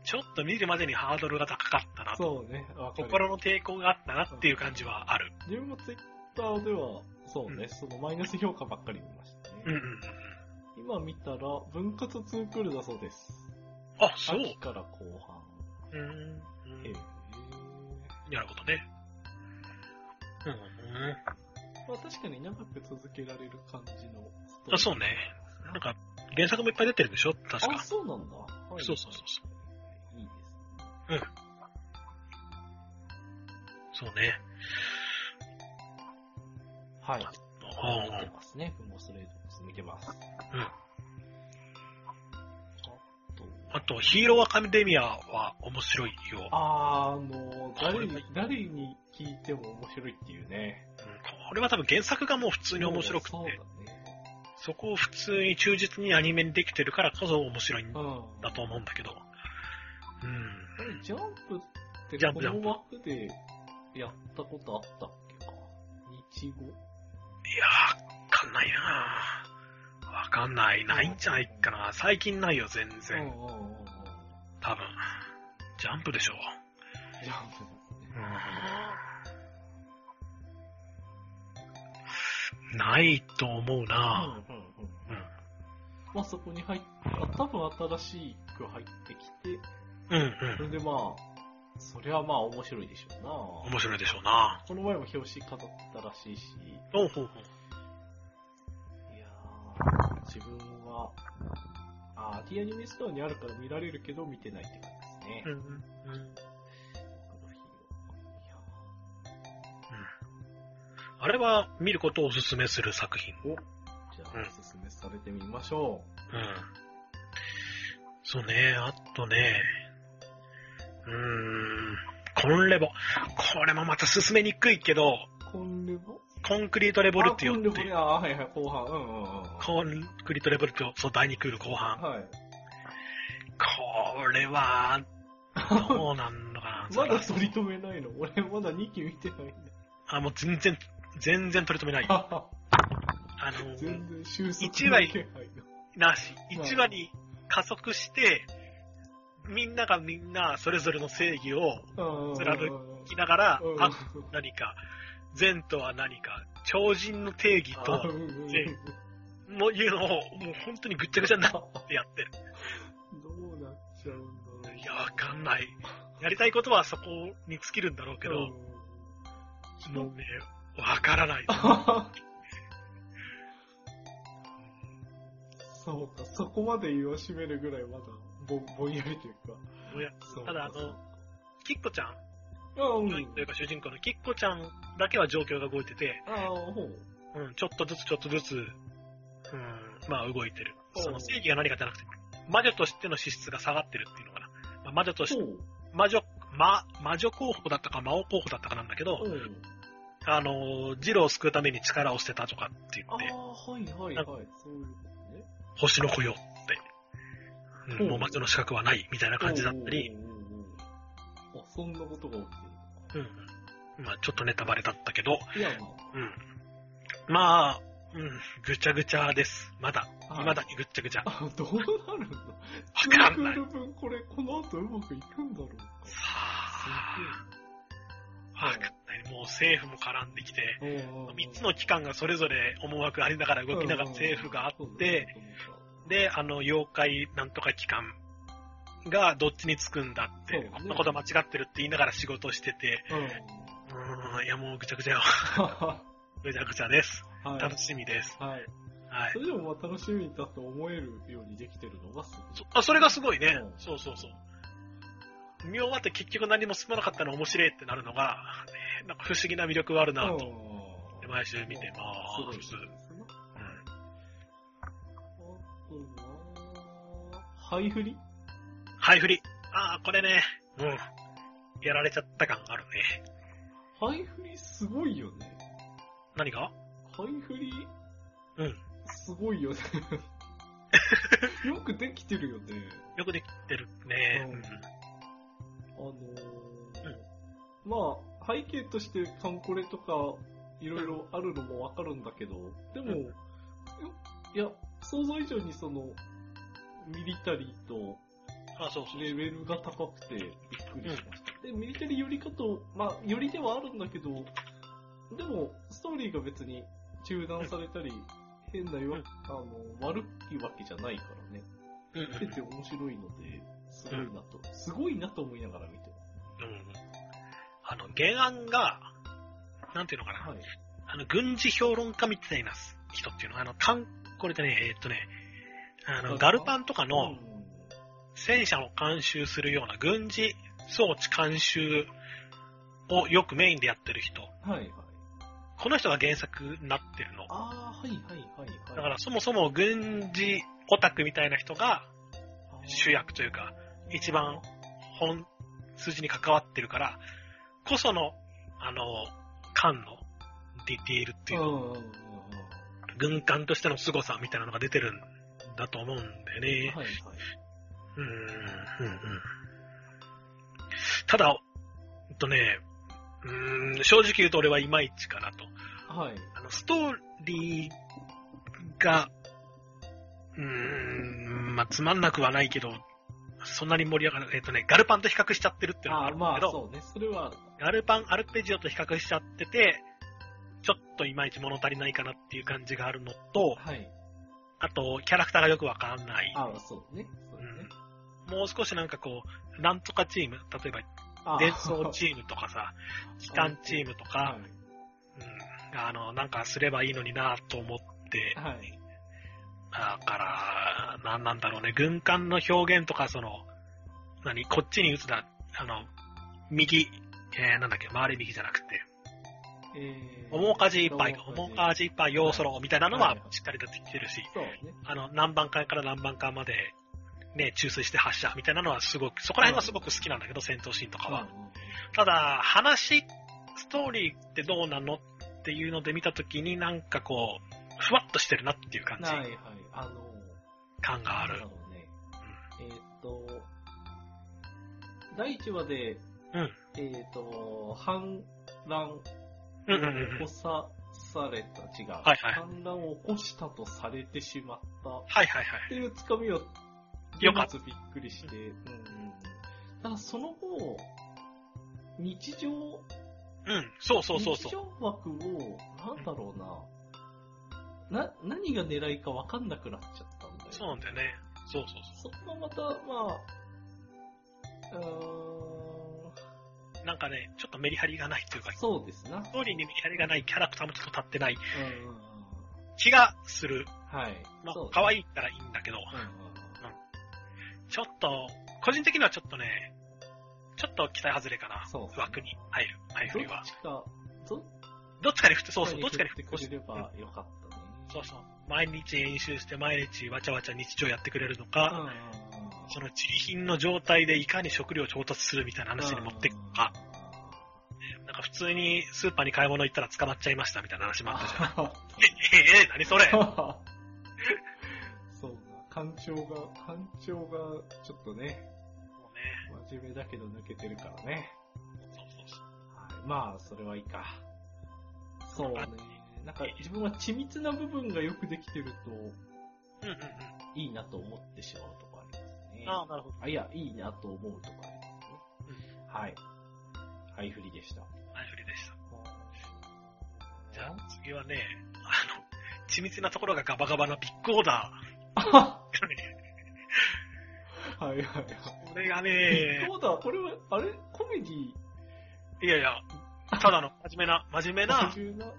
[SPEAKER 2] ちょっと見るまでにハードルが高かったなと、
[SPEAKER 1] そうね、わかる。
[SPEAKER 2] 心の抵抗があったなっていう感じはある。
[SPEAKER 1] 自分もツイッターでは、そうね、
[SPEAKER 2] うん
[SPEAKER 1] そのマイナス評価ばっかり見ましたね。
[SPEAKER 2] うんうんうん。
[SPEAKER 1] 今見たら、分割2クールだそうです。
[SPEAKER 2] あ、そう。
[SPEAKER 1] 秋から後半。
[SPEAKER 2] うんうん
[SPEAKER 1] ええ
[SPEAKER 2] なるほどね。うんうん。
[SPEAKER 1] まあ確かに長く続けられる感じのストーリー
[SPEAKER 2] あ、そうね。なんか、原作もいっぱい出てるでしょ確
[SPEAKER 1] あ、
[SPEAKER 2] か。
[SPEAKER 1] そうなんだ。は
[SPEAKER 2] そうそうそうそ
[SPEAKER 1] いいです。
[SPEAKER 2] そうね。
[SPEAKER 1] はい。
[SPEAKER 2] あ
[SPEAKER 1] 見てますね。文豪ストレートです見てます。
[SPEAKER 2] うん
[SPEAKER 1] と
[SPEAKER 2] あと、ヒーローアカデミアは面白いよ。
[SPEAKER 1] あー、あの、誰
[SPEAKER 2] これ
[SPEAKER 1] に、誰に聞いても面白いっていうね。
[SPEAKER 2] うんこれは多分原作がもう普通に面白くて
[SPEAKER 1] そう、だね。
[SPEAKER 2] そこを普通に忠実にアニメにできてるからこそ面白いん
[SPEAKER 1] う
[SPEAKER 2] だ
[SPEAKER 1] ん。
[SPEAKER 2] と思うんだけど。
[SPEAKER 1] あれジャンプって
[SPEAKER 2] ジャン
[SPEAKER 1] こ
[SPEAKER 2] プジャンプ
[SPEAKER 1] の枠でやったことあったっけか日語
[SPEAKER 2] うん。いやー、わかんないなーわかんない。ないんじゃないかな。最近ないよ、全
[SPEAKER 1] うんうんう
[SPEAKER 2] 然。
[SPEAKER 1] んうん。
[SPEAKER 2] 多分。ジャンプでしょ。
[SPEAKER 1] ジャンプですね。
[SPEAKER 2] ないと思うな
[SPEAKER 1] うんうんうん。
[SPEAKER 2] ぁ。
[SPEAKER 1] まあそこに入っあ多分新しく入ってきて、
[SPEAKER 2] うん。うん
[SPEAKER 1] そうれでまあ、それはまあ面白いでしょ
[SPEAKER 2] ん。
[SPEAKER 1] うな
[SPEAKER 2] 面白いでしょうな
[SPEAKER 1] この前も表紙飾ってたらしいし、
[SPEAKER 2] ほうほうほう。
[SPEAKER 1] いやー自分は、あー、T アニメストアにあるから見られるけど見てないって感じですね。
[SPEAKER 2] うん。うん。あれは見ることをおすすめする作品。
[SPEAKER 1] じゃあ、おすすめされてみましょ
[SPEAKER 2] うん。そうね、あとね、うーん、コンレボ。これもまた進めにくいけど、
[SPEAKER 1] う。コンレボ
[SPEAKER 2] コンクリートレボルティ
[SPEAKER 1] あコ
[SPEAKER 2] オ
[SPEAKER 1] ン
[SPEAKER 2] っ
[SPEAKER 1] レボ
[SPEAKER 2] てい
[SPEAKER 1] ね
[SPEAKER 2] う。
[SPEAKER 1] あ、はいはい、後半。うんうんうん。
[SPEAKER 2] コンクリートレボルティオ、そう、第2クール後半。
[SPEAKER 1] はい。
[SPEAKER 2] これ は、どうなんのかな。
[SPEAKER 1] まだ取り留めないの俺まだ2期見てないん
[SPEAKER 2] あ、もう全然、全然取り留めない。あ
[SPEAKER 1] だ。
[SPEAKER 2] の、
[SPEAKER 1] 全然収束
[SPEAKER 2] 一話
[SPEAKER 1] の気配が
[SPEAKER 2] なし。
[SPEAKER 1] うん
[SPEAKER 2] 1話に加速して、みんながみんなそれぞれの正義を
[SPEAKER 1] うんうんうん。
[SPEAKER 2] 貫聞きながら、
[SPEAKER 1] うん
[SPEAKER 2] あ、何か、善とは何か、超人の定義と
[SPEAKER 1] うんうんうん
[SPEAKER 2] 全もういうのを、もう本当にぐっちゃぐちゃになってやってる。
[SPEAKER 1] どうなっちゃうんだろう。
[SPEAKER 2] いや、わかんない。やりたいことはそこに尽きるんだろうけど、
[SPEAKER 1] うん
[SPEAKER 2] もうね、わからない。
[SPEAKER 1] そうか、そこまで言わしめるぐらいまだぼぼんやりというか。
[SPEAKER 2] もうや
[SPEAKER 1] そう
[SPEAKER 2] ただ、あ
[SPEAKER 1] そう
[SPEAKER 2] の、キッコちゃん、
[SPEAKER 1] あ、うん。
[SPEAKER 2] ヒロインというか主人公のキッコちゃんだけは状況が動いてて、
[SPEAKER 1] ああ、ほう。
[SPEAKER 2] うん、ちょっとずつちょっとずつ、うん、まあ動いて
[SPEAKER 1] う
[SPEAKER 2] る。
[SPEAKER 1] ん
[SPEAKER 2] その正義が何かじゃなくて、魔女としての資質が下がってるっていうのかな。まあ魔女とし
[SPEAKER 1] ほ
[SPEAKER 2] て、
[SPEAKER 1] う。
[SPEAKER 2] 魔女、魔、魔女候補だったか魔王候補だったかなんだけど、
[SPEAKER 1] うん。
[SPEAKER 2] あの、ジローを救うために力を捨てたとかって
[SPEAKER 1] ああ、
[SPEAKER 2] 言って、
[SPEAKER 1] はいはい
[SPEAKER 2] なん
[SPEAKER 1] はい。そういうことね。
[SPEAKER 2] 星の子よって、うん
[SPEAKER 1] うん
[SPEAKER 2] もう魔女の資格はないみたいな感じだった
[SPEAKER 1] お
[SPEAKER 2] り、
[SPEAKER 1] うおうおうおう。あ、そんなことが起きて
[SPEAKER 2] うん。まあちょっとネタバレだったけど、
[SPEAKER 1] る。いや、ま
[SPEAKER 2] うん。まあ、うん、ぐちゃぐちゃです。まだ。
[SPEAKER 1] あ。
[SPEAKER 2] 未だ。にぐっちゃぐちゃ。わ
[SPEAKER 1] あ、どうなるんだ
[SPEAKER 2] かんない。
[SPEAKER 1] ツークール分これ、この後うまくいくんだろうか。
[SPEAKER 2] さあ、わかんない。もう政府も絡んできて、3つの機関がそれぞれ思惑ありながら動きながら政府があって、、で、あの、妖怪なんとか機関がどっちにつくんだって、
[SPEAKER 1] そう
[SPEAKER 2] こんなこと間違ってるって言いながら仕事してて、
[SPEAKER 1] うん。うん
[SPEAKER 2] うーん、いやもうぐちゃぐちゃよ。
[SPEAKER 1] は
[SPEAKER 2] ぐちゃぐちゃです。
[SPEAKER 1] ははい。
[SPEAKER 2] 楽しみです。
[SPEAKER 1] はい。
[SPEAKER 2] はい
[SPEAKER 1] そ。れでもまあ楽しみだと思えるようにできてるのがす
[SPEAKER 2] そあ、それがすごいね
[SPEAKER 1] う。ん
[SPEAKER 2] そうそうそう。見終わって結局何も進まなかったの面白いってなるのが、ねなんか不思議な魅力はある
[SPEAKER 1] ごい。
[SPEAKER 2] な
[SPEAKER 1] うん
[SPEAKER 2] と。で毎週見てます
[SPEAKER 1] ごいです
[SPEAKER 2] す。
[SPEAKER 1] ね。
[SPEAKER 2] うん
[SPEAKER 1] あとは、ハイフリ
[SPEAKER 2] ハイフリ。ああ、これね。うん。やられちゃった感あるね。
[SPEAKER 1] ハイフリすごいよね。
[SPEAKER 2] 何が
[SPEAKER 1] ハイフリ
[SPEAKER 2] うん。
[SPEAKER 1] すごいよ ね。よくできてるよね。
[SPEAKER 2] よくできてるね。
[SPEAKER 1] うん
[SPEAKER 2] うん
[SPEAKER 1] あのーまあ、背景としてカンコレとかいろいろあるのもわかるんだけど、でも、
[SPEAKER 2] うん
[SPEAKER 1] よいや、想像以上にその、ミリタリーと
[SPEAKER 2] あ、そうそう
[SPEAKER 1] レベルが高くてびっくりしました。で、ミリタリー寄りかと、まあ、寄りではあるんだけど、でも、ストーリーが別に中断されたり、変なよ、
[SPEAKER 2] う
[SPEAKER 1] あ
[SPEAKER 2] ん
[SPEAKER 1] の、悪いわけじゃないからね。
[SPEAKER 2] うんうん
[SPEAKER 1] 出て面白いので、すごいなと、すごいなと思いながら見て
[SPEAKER 2] うんあの、原案が、なんていうのかな
[SPEAKER 1] ま。す。はい。
[SPEAKER 2] あの、軍事評論家みたいな人っていうのは、あの、かん、これでね、えーっとね、あの、ガルパンとか
[SPEAKER 1] う
[SPEAKER 2] の
[SPEAKER 1] ん
[SPEAKER 2] 戦車を監修するような軍事装置監修をよくメインでやってる人。
[SPEAKER 1] はいはい。
[SPEAKER 2] この人が原作になってるの。
[SPEAKER 1] ああ、はいはいはいはい。
[SPEAKER 2] だからそもそも軍事オタクみたいな人が主役というか、一番本筋に関わってるから、こその、あの、艦のディティールっていううん
[SPEAKER 1] うんうんうん。
[SPEAKER 2] 軍艦としての凄さみたいなのが出てるんだと思うんだよね。
[SPEAKER 1] はいはい。
[SPEAKER 2] うーん、うん、うん。ただ、えっとね、うーん、正直言うと俺はいまいちかなと。
[SPEAKER 1] はい。
[SPEAKER 2] あの、ストーリーが、うーん、まあ、つまんなくはないけど、そんなに盛り上がらない。えっとね、ガルパンと比較しちゃってるっていうのが
[SPEAKER 1] あ
[SPEAKER 2] あ
[SPEAKER 1] あ、
[SPEAKER 2] るん
[SPEAKER 1] ま
[SPEAKER 2] だ
[SPEAKER 1] あ
[SPEAKER 2] けど、
[SPEAKER 1] そうね。それはある。
[SPEAKER 2] ガルパン、アルペジオと比較しちゃってて、ちょっといまいち物足りないかなっていう感じがあるのと、
[SPEAKER 1] はい。
[SPEAKER 2] あと、キャラクターがよくわかんない。
[SPEAKER 1] ああ、そうね。そうね。
[SPEAKER 2] うんもう少しなんかこう、なんとかチーム、例えば
[SPEAKER 1] ああ
[SPEAKER 2] 伝送チームと かさ、機関チームと
[SPEAKER 1] は
[SPEAKER 2] か、うん、あの、なんかすればいいのになと思って
[SPEAKER 1] い。、はい。
[SPEAKER 2] だから、なんなんだろうね、軍艦の表現とか、その、何、こっちに打つだ、あの、右、えー、なんだっけ、回れ右じゃなくて、
[SPEAKER 1] えー
[SPEAKER 2] 面かじいっぱい、面かじいっぱい、要ソロみたいなのはしっかり出てきてるし、
[SPEAKER 1] そうね。
[SPEAKER 2] あの、何番艦から何番艦まで、ね、注水して発射みたいなのはすごく、そこら辺はすごく好きなんだけど、戦闘シーンとかは。ただ、話、ストーリーってどうなのっていうので見たときになんかこう、ふわっとしてるなっていう感じ
[SPEAKER 1] はいはい。あの、
[SPEAKER 2] 感があ
[SPEAKER 1] な
[SPEAKER 2] る
[SPEAKER 1] る。ほどね。えーっと、第1話で、
[SPEAKER 2] うん
[SPEAKER 1] えーっと、反乱
[SPEAKER 2] うんうんうん
[SPEAKER 1] を起
[SPEAKER 2] うん
[SPEAKER 1] こ。さ、された、違う、
[SPEAKER 2] はいはい
[SPEAKER 1] 反乱を起こしたとされてしまったっ
[SPEAKER 2] はいはいはい。
[SPEAKER 1] ていうつかみは、。
[SPEAKER 2] よかった
[SPEAKER 1] びっくりして、うんうんうん。ただその後、日常、
[SPEAKER 2] うん、そうそうそうそ
[SPEAKER 1] 日
[SPEAKER 2] う。
[SPEAKER 1] 常枠を、なんだろうな、な、何が狙いかわかんなくなっちゃったんだよ。
[SPEAKER 2] そうなんだよね。そうそう
[SPEAKER 1] そこがまた、まあ、うー
[SPEAKER 2] そう。なんかね、ちょっとメリハリがないっていうか
[SPEAKER 1] ん、、そうですな。
[SPEAKER 2] ストーリーにメリハリがない、キャラクターもちょっと立ってない
[SPEAKER 1] うんうんうん。
[SPEAKER 2] 気がする。
[SPEAKER 1] はい。
[SPEAKER 2] まあ
[SPEAKER 1] そう、
[SPEAKER 2] 可愛いからいいんだけど、
[SPEAKER 1] うんうん
[SPEAKER 2] ちょっと、個人的にはちょっとね、ちょっと期待外れかな。
[SPEAKER 1] そうそう
[SPEAKER 2] 枠に入る、入るより
[SPEAKER 1] ど
[SPEAKER 2] は
[SPEAKER 1] っ。ちか、どっ
[SPEAKER 2] どっちかに振って、そう
[SPEAKER 1] ちか
[SPEAKER 2] そう、
[SPEAKER 1] に
[SPEAKER 2] どっちかに
[SPEAKER 1] 振って
[SPEAKER 2] 振ってほ
[SPEAKER 1] く
[SPEAKER 2] し
[SPEAKER 1] れ
[SPEAKER 2] い。
[SPEAKER 1] ればよかったね。
[SPEAKER 2] そうそう。毎日演習して、毎日わちゃわちゃ日常やってくれるの
[SPEAKER 1] うん
[SPEAKER 2] か、
[SPEAKER 1] うんうん。
[SPEAKER 2] その地理品の状態でいかに食料を調達するみたいな話に持っていくのか、なんか普通にスーパーに買い物行ったら捕まっちゃいましたみたいな話もあったじゃん。
[SPEAKER 1] あ
[SPEAKER 2] ええ、何そ れ
[SPEAKER 1] そうな。感情が、感情が、ちょっとね、
[SPEAKER 2] もうね、
[SPEAKER 1] 真面目だけど抜けてるからね。
[SPEAKER 2] そうそうそう。
[SPEAKER 1] はいまあ、それはいいか。そうね。なんか自分は緻密な部分がよくできてると
[SPEAKER 2] うんうんうん。
[SPEAKER 1] いいなと思ってしまうとこありますね。
[SPEAKER 2] ああ、なるほど。
[SPEAKER 1] あいや、いいなと思うとこありますね。はい。はい、振りでした。
[SPEAKER 2] 前振りでした。じゃ
[SPEAKER 1] あ
[SPEAKER 2] あ次はね、あの、緻密なところがガバガバなビッグオーダ
[SPEAKER 1] あ
[SPEAKER 2] ーがね。
[SPEAKER 1] はいはいはい。
[SPEAKER 2] これが
[SPEAKER 1] え
[SPEAKER 2] ね、
[SPEAKER 1] そうだ、これは、あれコメディ
[SPEAKER 2] いやいや、ただの真面目な、真面目な
[SPEAKER 1] 真、面目な、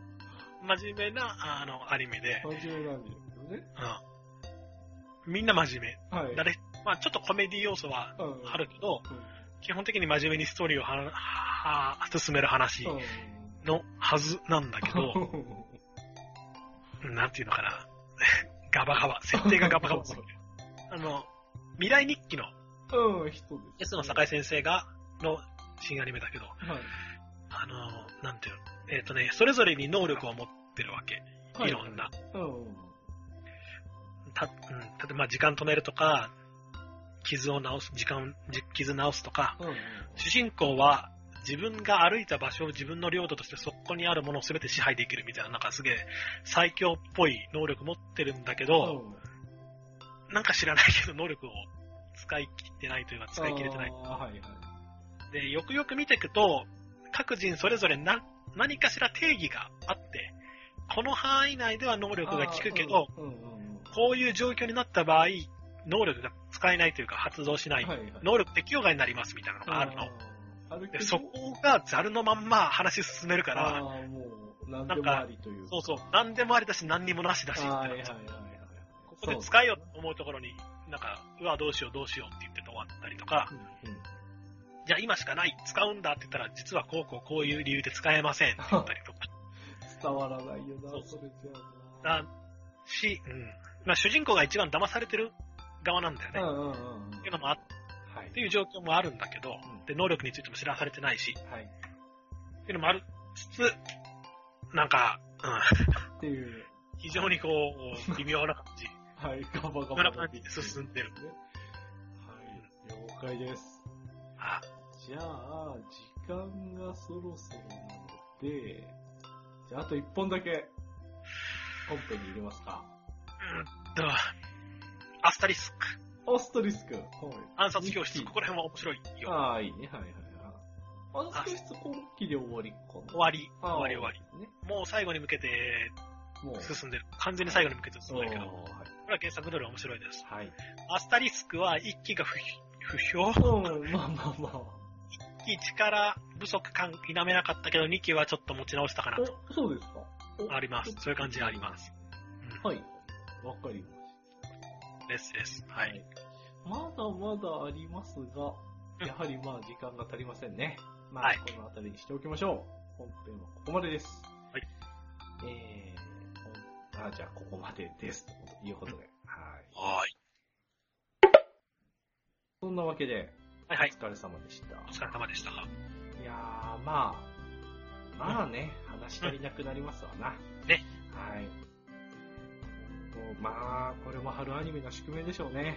[SPEAKER 2] 真面目な、あの、アニメで、
[SPEAKER 1] 真面目なんですよね。
[SPEAKER 2] うん。みんな真面
[SPEAKER 1] はい。
[SPEAKER 2] 目。誰、まあちょっとコメディ要素は
[SPEAKER 1] うん
[SPEAKER 2] あるけど、
[SPEAKER 1] うん
[SPEAKER 2] 基本的に真面目にストーリーをは、は、進める話
[SPEAKER 1] うん
[SPEAKER 2] のはずなんだけ ど、なんていうのかな。 ガバガバ。設定がガバガバ。 あの、未来日記の
[SPEAKER 1] うん、人です。
[SPEAKER 2] S の坂井先生が、の新アニメだけど、
[SPEAKER 1] はい。
[SPEAKER 2] あの、なんていうの、えっ、とね、それぞれに能力を持ってるわけ。いろんな。
[SPEAKER 1] うん。
[SPEAKER 2] た、うん、例えばまあ時間止めるとか、傷を治す、時間、じ傷治すとか、
[SPEAKER 1] うん。
[SPEAKER 2] 主人公は自分が歩いた場所を自分の領土としてそこにあるものを全て支配できるみたいな、なんかすげえ最強っぽい能力持ってるんだけど、なんか知らないけど、能力を使い切ってないというか、使い切れてない。
[SPEAKER 1] あーはいはい。
[SPEAKER 2] で、よくよく見ていくと、各人それぞれな何かしら定義があって、この範囲内では能力が効くけど、
[SPEAKER 1] あー、うんうん
[SPEAKER 2] こういう状況になった場合、能力が使えないというか、発動しない、
[SPEAKER 1] はいはい
[SPEAKER 2] 能力適用外になりますみたいなのがあるの。
[SPEAKER 1] あるけ
[SPEAKER 2] で
[SPEAKER 1] ど
[SPEAKER 2] そこがざるのまんま話進めるから、
[SPEAKER 1] あーもう、なんでもありという。
[SPEAKER 2] そうそう、何でもありだし、何にもなしだしって
[SPEAKER 1] はい
[SPEAKER 2] な
[SPEAKER 1] はい
[SPEAKER 2] っ
[SPEAKER 1] はい
[SPEAKER 2] ちゃう
[SPEAKER 1] はい。
[SPEAKER 2] ここで使えようと思うところに、なんか、うわ、どうしよう、どうしようって言ってて終わったりとか
[SPEAKER 1] う、んうん
[SPEAKER 2] じゃあ今しかない、使うんだって言ったら、実はこうこうこういう理由で使えませんって言ったり とか。
[SPEAKER 1] 伝わらないよな
[SPEAKER 2] そう、
[SPEAKER 1] それじゃあな。
[SPEAKER 2] だし、うん。まあ主人公が一番騙されてる側なんだよね。
[SPEAKER 1] うんうんうんうん。
[SPEAKER 2] っていうのもあっ
[SPEAKER 1] はい
[SPEAKER 2] ていう状況もあるんだけど、
[SPEAKER 1] うん
[SPEAKER 2] で、能力についても知らされてないし、
[SPEAKER 1] はい。
[SPEAKER 2] っていうのもあるしつつ、なん か、う
[SPEAKER 1] っていう、
[SPEAKER 2] ん、非常にこう、微妙な感じ、
[SPEAKER 1] はい、ガバガ
[SPEAKER 2] 微妙
[SPEAKER 1] バ
[SPEAKER 2] な
[SPEAKER 1] の
[SPEAKER 2] 感
[SPEAKER 1] ビ
[SPEAKER 2] じ
[SPEAKER 1] ッ
[SPEAKER 2] で
[SPEAKER 1] グ
[SPEAKER 2] 進んでる。
[SPEAKER 1] はい、了解です。
[SPEAKER 2] あ
[SPEAKER 1] じゃあ、時間がそろそろなので、じゃあ、あと1本だけ、本編に入れますか。
[SPEAKER 2] うんと、アスタリスク、
[SPEAKER 1] オストリスク。はい。
[SPEAKER 2] 暗殺教室、
[SPEAKER 1] 日記
[SPEAKER 2] ここら辺は面白いよ。
[SPEAKER 1] ああ、いいね。はいはいはい。暗殺教室今期で終わりかな。
[SPEAKER 2] 終わり、
[SPEAKER 1] あー
[SPEAKER 2] 終わり終わり。
[SPEAKER 1] り。ね。
[SPEAKER 2] もう最後に向けて
[SPEAKER 1] もう。
[SPEAKER 2] 進んでる。完全に最後に向けて進んでるけど、こ
[SPEAKER 1] おー
[SPEAKER 2] れは原作通り面白いです。
[SPEAKER 1] はい。
[SPEAKER 2] アスタリスクは一期が不不評
[SPEAKER 1] はい。うん、まあまあまあ。
[SPEAKER 2] 一期力不足感否めなかったけど、二期はちょっと持ち直したかなと。
[SPEAKER 1] お、そうですかお
[SPEAKER 2] あります。そういう感じあります。うん
[SPEAKER 1] はい。わかりまし
[SPEAKER 2] ですです。
[SPEAKER 1] た。
[SPEAKER 2] はい。。
[SPEAKER 1] まだまだありますが、
[SPEAKER 2] うん
[SPEAKER 1] やはりまあ時間が足りませんね。ま
[SPEAKER 2] は
[SPEAKER 1] あ
[SPEAKER 2] い
[SPEAKER 1] この辺りにしておきましょう。本編はここまでです。
[SPEAKER 2] はい。
[SPEAKER 1] えー、ほんあ、じゃあここまでです。ということで。はい。
[SPEAKER 2] はい。
[SPEAKER 1] そんなわけで、
[SPEAKER 2] はいはい。
[SPEAKER 1] お疲れ様でした。
[SPEAKER 2] お疲れ様でした。
[SPEAKER 1] いやー、まあ、まあね、話し足りなくなりますわな。
[SPEAKER 2] ね。
[SPEAKER 1] はい。もうまあ、これも春アニメの宿命でしょうね。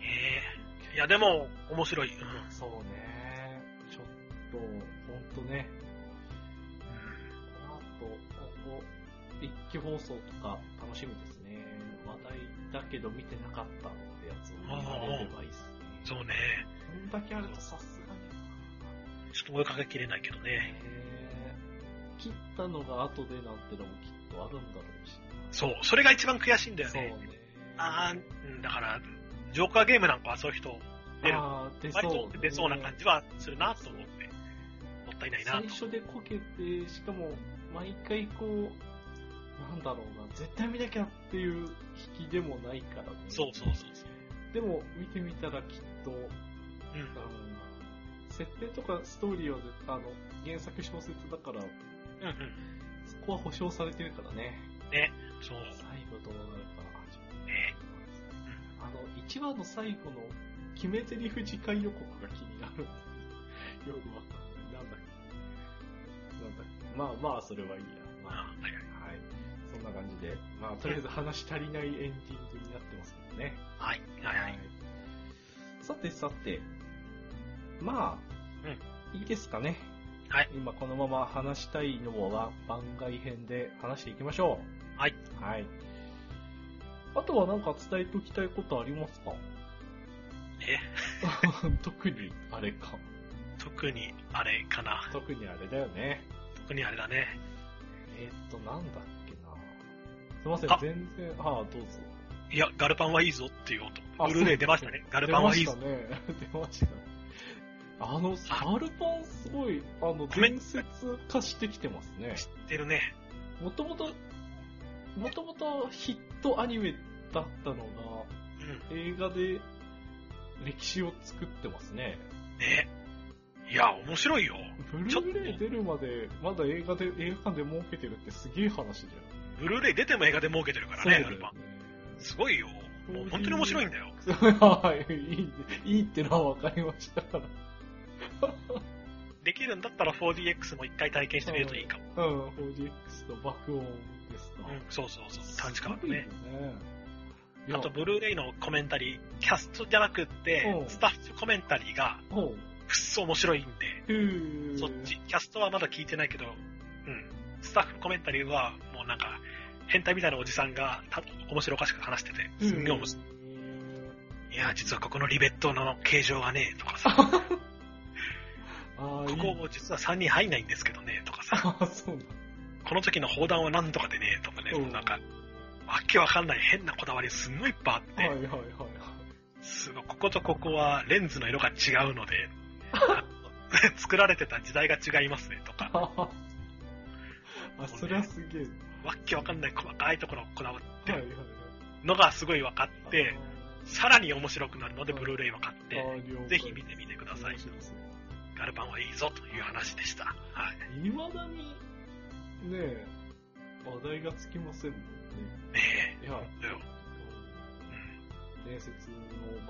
[SPEAKER 2] ええいや、でも、面白い。うん。
[SPEAKER 1] そうね。ちょっと、ほんとね、この後、今後、一気放送とか楽しみですね。話題だけど見てなかったってやつを見られればいいっすね。
[SPEAKER 2] そうね。
[SPEAKER 1] こんだけあるとさすがにな。
[SPEAKER 2] ちょっと追いかけきれないけどね。
[SPEAKER 1] へー切ったのが後でなんてのもきっとあるんだろうし。
[SPEAKER 2] そう。それが一番悔しいんだよ
[SPEAKER 1] そう
[SPEAKER 2] ね
[SPEAKER 1] ね。。
[SPEAKER 2] ああ、うんだから、ジョーカーゲームなんかはそういう人出る。
[SPEAKER 1] あー出
[SPEAKER 2] 割
[SPEAKER 1] そ
[SPEAKER 2] と
[SPEAKER 1] う。
[SPEAKER 2] 出そうな感じはするなと思って。もったいないなと
[SPEAKER 1] 最。初でこけて、しかも、毎回こう、なんだろうな、絶対見なきゃっていう引きでもないからね。
[SPEAKER 2] そうそうそうそう。
[SPEAKER 1] でも、見てみたらきっと、
[SPEAKER 2] う
[SPEAKER 1] あ
[SPEAKER 2] ん。
[SPEAKER 1] の、設定とかストーリーは絶あの、原作小説だから、
[SPEAKER 2] うんうん。
[SPEAKER 1] そこは保証されてるからね。
[SPEAKER 2] そう。
[SPEAKER 1] 最後どうなるかな、ちょっと
[SPEAKER 2] ね。
[SPEAKER 1] あの、1話の最後の決め台詞次回予告が気になる。 よくわかんない。なんだっけ。なんだっけ。まあまあ、それはいいや。
[SPEAKER 2] あ
[SPEAKER 1] まあ、
[SPEAKER 2] はいはい
[SPEAKER 1] はい。そんな感じで、まあ、とりあえず話足りないエンディングになってますけどね。
[SPEAKER 2] はい。はいはい。
[SPEAKER 1] さてさて、まあ、いいですかね。
[SPEAKER 2] はい。
[SPEAKER 1] 今このまま話したいのは番外編で話していきましょう。
[SPEAKER 2] はい。
[SPEAKER 1] はい。あとはなんか伝えておきたいことありますか
[SPEAKER 2] え、
[SPEAKER 1] 特にあれか。
[SPEAKER 2] 特にあれかな。
[SPEAKER 1] 特にあれだよね。
[SPEAKER 2] 特にあれだね。
[SPEAKER 1] えーっと、なんだっけな。すいません
[SPEAKER 2] あ、
[SPEAKER 1] 全然、ああ、どうぞ。
[SPEAKER 2] いや、ガルパンはいいぞっていう
[SPEAKER 1] あ
[SPEAKER 2] 音。ブルーレイ出ましたね。ガルパンはいい
[SPEAKER 1] 出
[SPEAKER 2] ぞ。
[SPEAKER 1] ましたね。出ました。あの、ガルパンすごい、あの、
[SPEAKER 2] ごめん
[SPEAKER 1] 伝説化してきてますね。
[SPEAKER 2] 出るね。
[SPEAKER 1] もともと、もともとヒットアニメだったのが、
[SPEAKER 2] うん。
[SPEAKER 1] 映画で歴史を作ってますね。
[SPEAKER 2] ねいや、面白いよ。
[SPEAKER 1] ブルーレイ出るまで、まだ映画で、映画館で儲けてるってすげえ話だよ。
[SPEAKER 2] ブルーレイ出ても映画で儲けてるから
[SPEAKER 1] だ
[SPEAKER 2] ね、
[SPEAKER 1] よ
[SPEAKER 2] ガルパン。すごいよ。もう本当に面白いんだよ。
[SPEAKER 1] はい、いい、いいってのは分かりましたから。
[SPEAKER 2] できるんだったら 4DX も一回体験してみるといいかも。
[SPEAKER 1] うん、4DX と爆音ですか。
[SPEAKER 2] うん、そうそうそう。短時間
[SPEAKER 1] すごいよ
[SPEAKER 2] ね
[SPEAKER 1] ね。。いや
[SPEAKER 2] あと、ブルーレイのコメンタリー、キャストじゃなくって
[SPEAKER 1] う、ん
[SPEAKER 2] スタッフコメンタリーが、
[SPEAKER 1] ほう
[SPEAKER 2] くっそ面白いんで、
[SPEAKER 1] ふー
[SPEAKER 2] そっち、キャストはまだ聞いてないけど、うん。スタッフコメンタリーは、もうなんか、変態みたいなおじさんが、た面白おかしく話してて、すんげえ面白い。いや、実はここのリベットの形状がね、とかさ、こ
[SPEAKER 1] ああ、いい
[SPEAKER 2] こ実は3人入んないんですけどね、とかさ、
[SPEAKER 1] あーそうなんだ
[SPEAKER 2] この時の砲弾はなんとかでね、とかね、もうなんか、わけわかんない変なこだわりすんごいいっぱいあって、
[SPEAKER 1] はいはいはい はい。
[SPEAKER 2] すごい、こことここはレンズの色が違うので、作られてた時代が違いますねとか、
[SPEAKER 1] あ、そりゃすげえ。
[SPEAKER 2] わっけわかんない細かいところをこだわって
[SPEAKER 1] はいはい
[SPEAKER 2] る
[SPEAKER 1] は
[SPEAKER 2] のがすごい分かっ
[SPEAKER 1] い。
[SPEAKER 2] て、さらに面白くなるので、ブルーレイ分かっ
[SPEAKER 1] あ
[SPEAKER 2] て、
[SPEAKER 1] ー、了解
[SPEAKER 2] ぜひ見てみてください
[SPEAKER 1] 面。白そう
[SPEAKER 2] ガルパンはいいぞという話でした。はい。
[SPEAKER 1] いまだに、ねえ、話題がつきませんもんね。
[SPEAKER 2] ね
[SPEAKER 1] いや、
[SPEAKER 2] え。だよ
[SPEAKER 1] 伝説を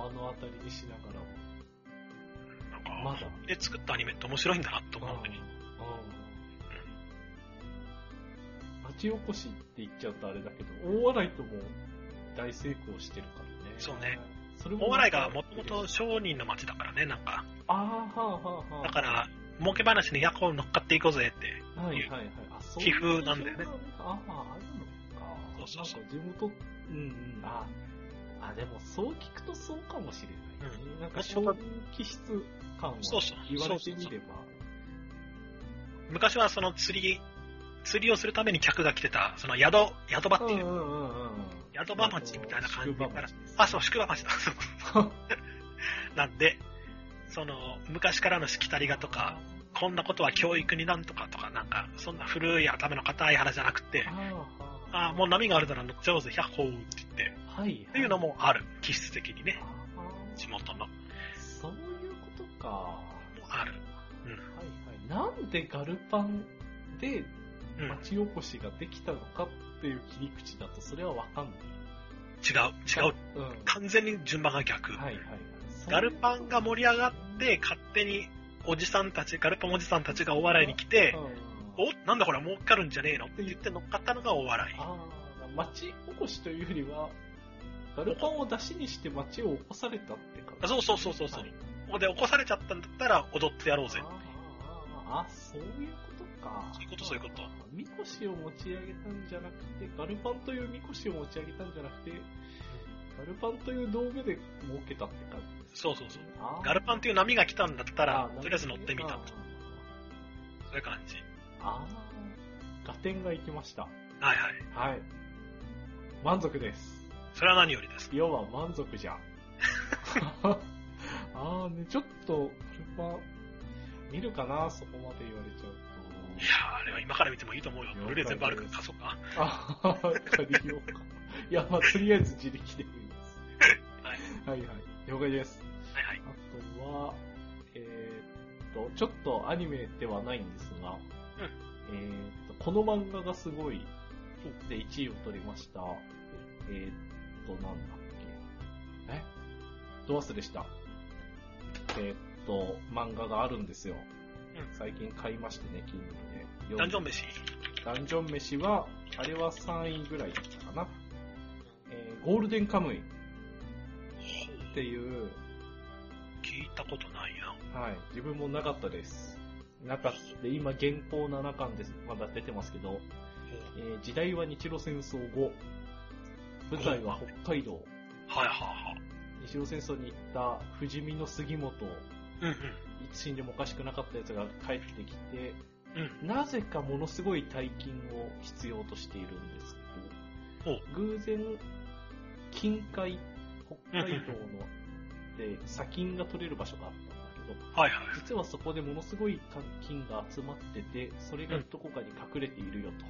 [SPEAKER 1] 目の当たりにしながらも。
[SPEAKER 2] うんなん
[SPEAKER 1] ま
[SPEAKER 2] か、
[SPEAKER 1] だ
[SPEAKER 2] で作ったアニメって面白いんだなと思って。
[SPEAKER 1] うん町おこしって言っちゃうとあれだけど、大洗とも大成功してるからね。
[SPEAKER 2] そうね。
[SPEAKER 1] それも
[SPEAKER 2] 大洗がもともと商人の街だからね、なんか。
[SPEAKER 1] ああ、はあはあはあ。
[SPEAKER 2] だから、儲け話にヤコ乗っかっていこうぜって。
[SPEAKER 1] はいはいはい。あ、そう
[SPEAKER 2] 寄付なんだよね。
[SPEAKER 1] ああ、あるのか。
[SPEAKER 2] そうそうそう
[SPEAKER 1] なんか地元、うんうん、あ、あ、でもそう聞くとそうかもしれないね。なんか商品気質感は
[SPEAKER 2] そうそう
[SPEAKER 1] 言われてみれば。
[SPEAKER 2] 昔はその釣り、釣りをするために客が来てた、その宿、宿場っていう、
[SPEAKER 1] うんうんうんうん。
[SPEAKER 2] 宿場町みたいな感じ
[SPEAKER 1] 宿場
[SPEAKER 2] から
[SPEAKER 1] 町です、
[SPEAKER 2] あ、そう、宿場町 だ。なんで、その、昔からのしきたりがとか、こんなことは教育になんとかとか、なんか、そんな古い頭の硬い腹じゃなくて
[SPEAKER 1] あ、あ
[SPEAKER 2] ああ、もう波があるなら乗っちゃおうぜ、百歩って言って、
[SPEAKER 1] あ、はい。
[SPEAKER 2] っていうのもある、気質的にね
[SPEAKER 1] あ、ー、
[SPEAKER 2] 地元の、も
[SPEAKER 1] そういうことか。は
[SPEAKER 2] ある。
[SPEAKER 1] いはい。なんでガルパンで
[SPEAKER 2] うん、違
[SPEAKER 1] 町おこしができたのかっていう切り口だと、それはわかんない。
[SPEAKER 2] う、違う。
[SPEAKER 1] うん。は
[SPEAKER 2] 完全に順番が逆。
[SPEAKER 1] いはいはい。
[SPEAKER 2] ガルパンが盛り上がって、勝手におじさんたち、ガルパンおじさんたちがお笑いに来て
[SPEAKER 1] う、ん
[SPEAKER 2] おなんだこれ儲かるんじゃねえのって言って乗っかったのがお笑い。
[SPEAKER 1] ああ、町おこしというよりは、ガルパンを出しにして町を起こされたって感
[SPEAKER 2] あ
[SPEAKER 1] じ。
[SPEAKER 2] そうそうそうそうそう。
[SPEAKER 1] はい
[SPEAKER 2] ここで起こされちゃったんだったら踊ってやろうぜ。
[SPEAKER 1] あーあーあー、そういうことか。
[SPEAKER 2] そういうことそういうこと
[SPEAKER 1] みこしを持ち上げたんじゃなくて、ガルパンというみこしを持ち上げたんじゃなくて、ガルパンという道具で儲けたって感じです。
[SPEAKER 2] そうそうそう。
[SPEAKER 1] あー
[SPEAKER 2] ガルパンという波が来たんだったら
[SPEAKER 1] ーなるほ、ど
[SPEAKER 2] とりあえず乗ってみた。そういう感じ。
[SPEAKER 1] あー合点がいきました。
[SPEAKER 2] はいはい。
[SPEAKER 1] はい。満足です。
[SPEAKER 2] それは何よりです。
[SPEAKER 1] 要は満足じゃん。ああね、ちょっと、ガルパン、見るかな、そこまで言われちゃう
[SPEAKER 2] い
[SPEAKER 1] と
[SPEAKER 2] や。ーあれは今から見てもいいと思うよ。ブルーレイ全部あるから、貸そうか。
[SPEAKER 1] あはは借りようか。いや、まあ、とりあえず自力でもいいです。
[SPEAKER 2] はい
[SPEAKER 1] はいはい。了解です。
[SPEAKER 2] はいはい。
[SPEAKER 1] あとは、えーっと、ちょっとアニメではないんですが、えーっと、この漫画がすごい、で1位を取りました。えーっと、なんだっけ。えどう忘れした。えーっと、漫画があるんですよ。
[SPEAKER 2] うん
[SPEAKER 1] 最近買いましてね、Kindle で。
[SPEAKER 2] ダンジョン飯。
[SPEAKER 1] ダンジョン飯は、あれは3位ぐらいだったかな。えーゴールデンカムイっていう、
[SPEAKER 2] 聞いたことないな。
[SPEAKER 1] はい、自分もなかったです。なかった。で、今、現行7巻です。まだ出てますけど、えー時代は日露戦争後、舞台は北海道。
[SPEAKER 2] はいはいはい。
[SPEAKER 1] 日露戦争に行った不死身の杉本、
[SPEAKER 2] うんうん。
[SPEAKER 1] いつ死んでもおかしくなかったやつが帰ってきて、
[SPEAKER 2] うん。
[SPEAKER 1] なぜかものすごい大金を必要としているんですけど、偶然、近海、北海道の、で、砂金が取れる場所があったんだけど、
[SPEAKER 2] はいはい。
[SPEAKER 1] 実はそこでものすごい金が集まってて、それがどこかに隠れているよと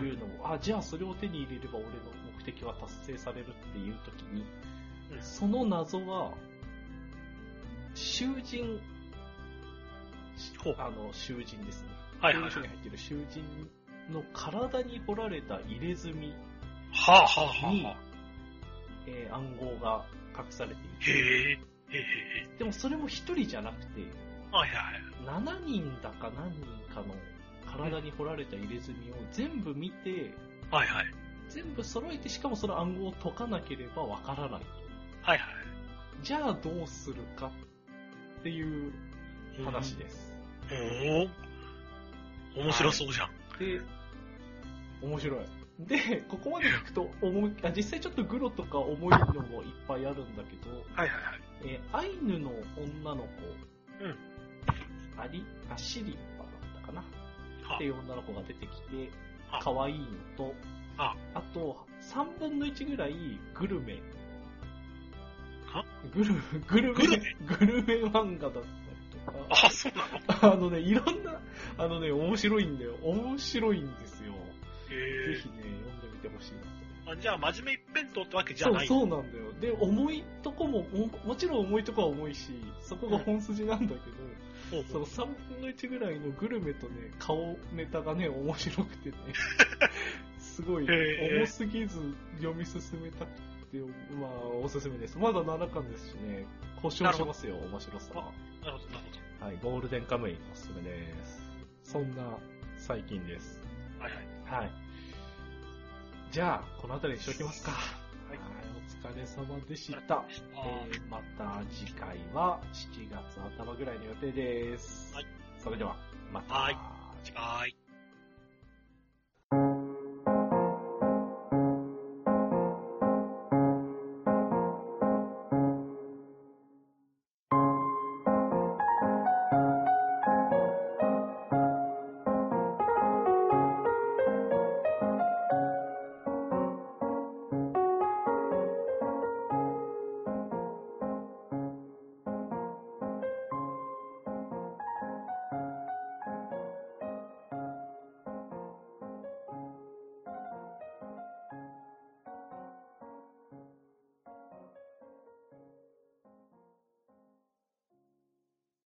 [SPEAKER 2] うん
[SPEAKER 1] い
[SPEAKER 2] うん
[SPEAKER 1] うのを、あ、じゃあそれを手に入れれば俺の目的は達成されるっていう時に
[SPEAKER 2] う、ん
[SPEAKER 1] その謎は、囚人、し
[SPEAKER 2] ほう
[SPEAKER 1] あの、囚人ですね。
[SPEAKER 2] はいは
[SPEAKER 1] 刑
[SPEAKER 2] い
[SPEAKER 1] 務所に入ってる囚人の体に彫られた入れ墨
[SPEAKER 2] はあはあはあ
[SPEAKER 1] に
[SPEAKER 2] はあ。、
[SPEAKER 1] えー暗号が隠されてい
[SPEAKER 2] へ
[SPEAKER 1] て、
[SPEAKER 2] え。へえへえ。
[SPEAKER 1] でもそれも一人じゃなくて、
[SPEAKER 2] はいはいはい。
[SPEAKER 1] 7人だか何人かの体に彫られた入れ墨を全部見て、
[SPEAKER 2] はいはい。
[SPEAKER 1] 全部揃えて、しかもその暗号を解かなければわからない。
[SPEAKER 2] はいは
[SPEAKER 1] じゃあどうするかっていう
[SPEAKER 2] い。
[SPEAKER 1] 話です。
[SPEAKER 2] うん。おお。面白そうじゃん。
[SPEAKER 1] で、面白い。で、ここまで行くと思い、あ実際ちょっとグロとか重いのもいっぱいあるんだけど、
[SPEAKER 2] はいはいはい。
[SPEAKER 1] えーアイヌの女の子、
[SPEAKER 2] うん
[SPEAKER 1] アリ、アシリッパだったかな。
[SPEAKER 2] は
[SPEAKER 1] っていう女の子が出てきて
[SPEAKER 2] あ、
[SPEAKER 1] 可愛いのと、
[SPEAKER 2] あ
[SPEAKER 1] あと、3分の1ぐらいグルメ
[SPEAKER 2] あ。
[SPEAKER 1] グル、グルメ
[SPEAKER 2] グル、
[SPEAKER 1] グルメ漫画だったりと
[SPEAKER 2] あ、そうなのへ
[SPEAKER 1] か、あのね、いろんな、あのね、面白いんだよ。面白いんですよ。ぜ
[SPEAKER 2] え
[SPEAKER 1] ひ。ね、読んでみてほしいなと。
[SPEAKER 2] あじゃあ、真面目一辺倒ってわけじゃ
[SPEAKER 1] そう
[SPEAKER 2] ない。う。
[SPEAKER 1] そうなんだよ。で、重いとこもも、もちろん重いとこは重いし、そこが本筋なんだけど、
[SPEAKER 2] ほう
[SPEAKER 1] そ
[SPEAKER 2] ほう
[SPEAKER 1] の3分の1ぐらいのグルメとね、顔ネタがね、面白く てね、すごい、
[SPEAKER 2] へー
[SPEAKER 1] 重すぎず読み進めたくて、まあ、おすすめです。まだ7巻ですしね、故障しますよ、面白さは。
[SPEAKER 2] なるほど、なるほど。
[SPEAKER 1] はい、ゴールデンカムイおすすめです。そんな最近です。
[SPEAKER 2] はいはい。
[SPEAKER 1] はい。じゃあ、この辺りにしときますか。は
[SPEAKER 2] はいい、
[SPEAKER 1] お疲れ様でした。
[SPEAKER 2] 哦
[SPEAKER 1] えーまた次回は7月頭ぐらいの予定です。
[SPEAKER 2] はい
[SPEAKER 1] それでは、また。
[SPEAKER 2] はいバイバイ。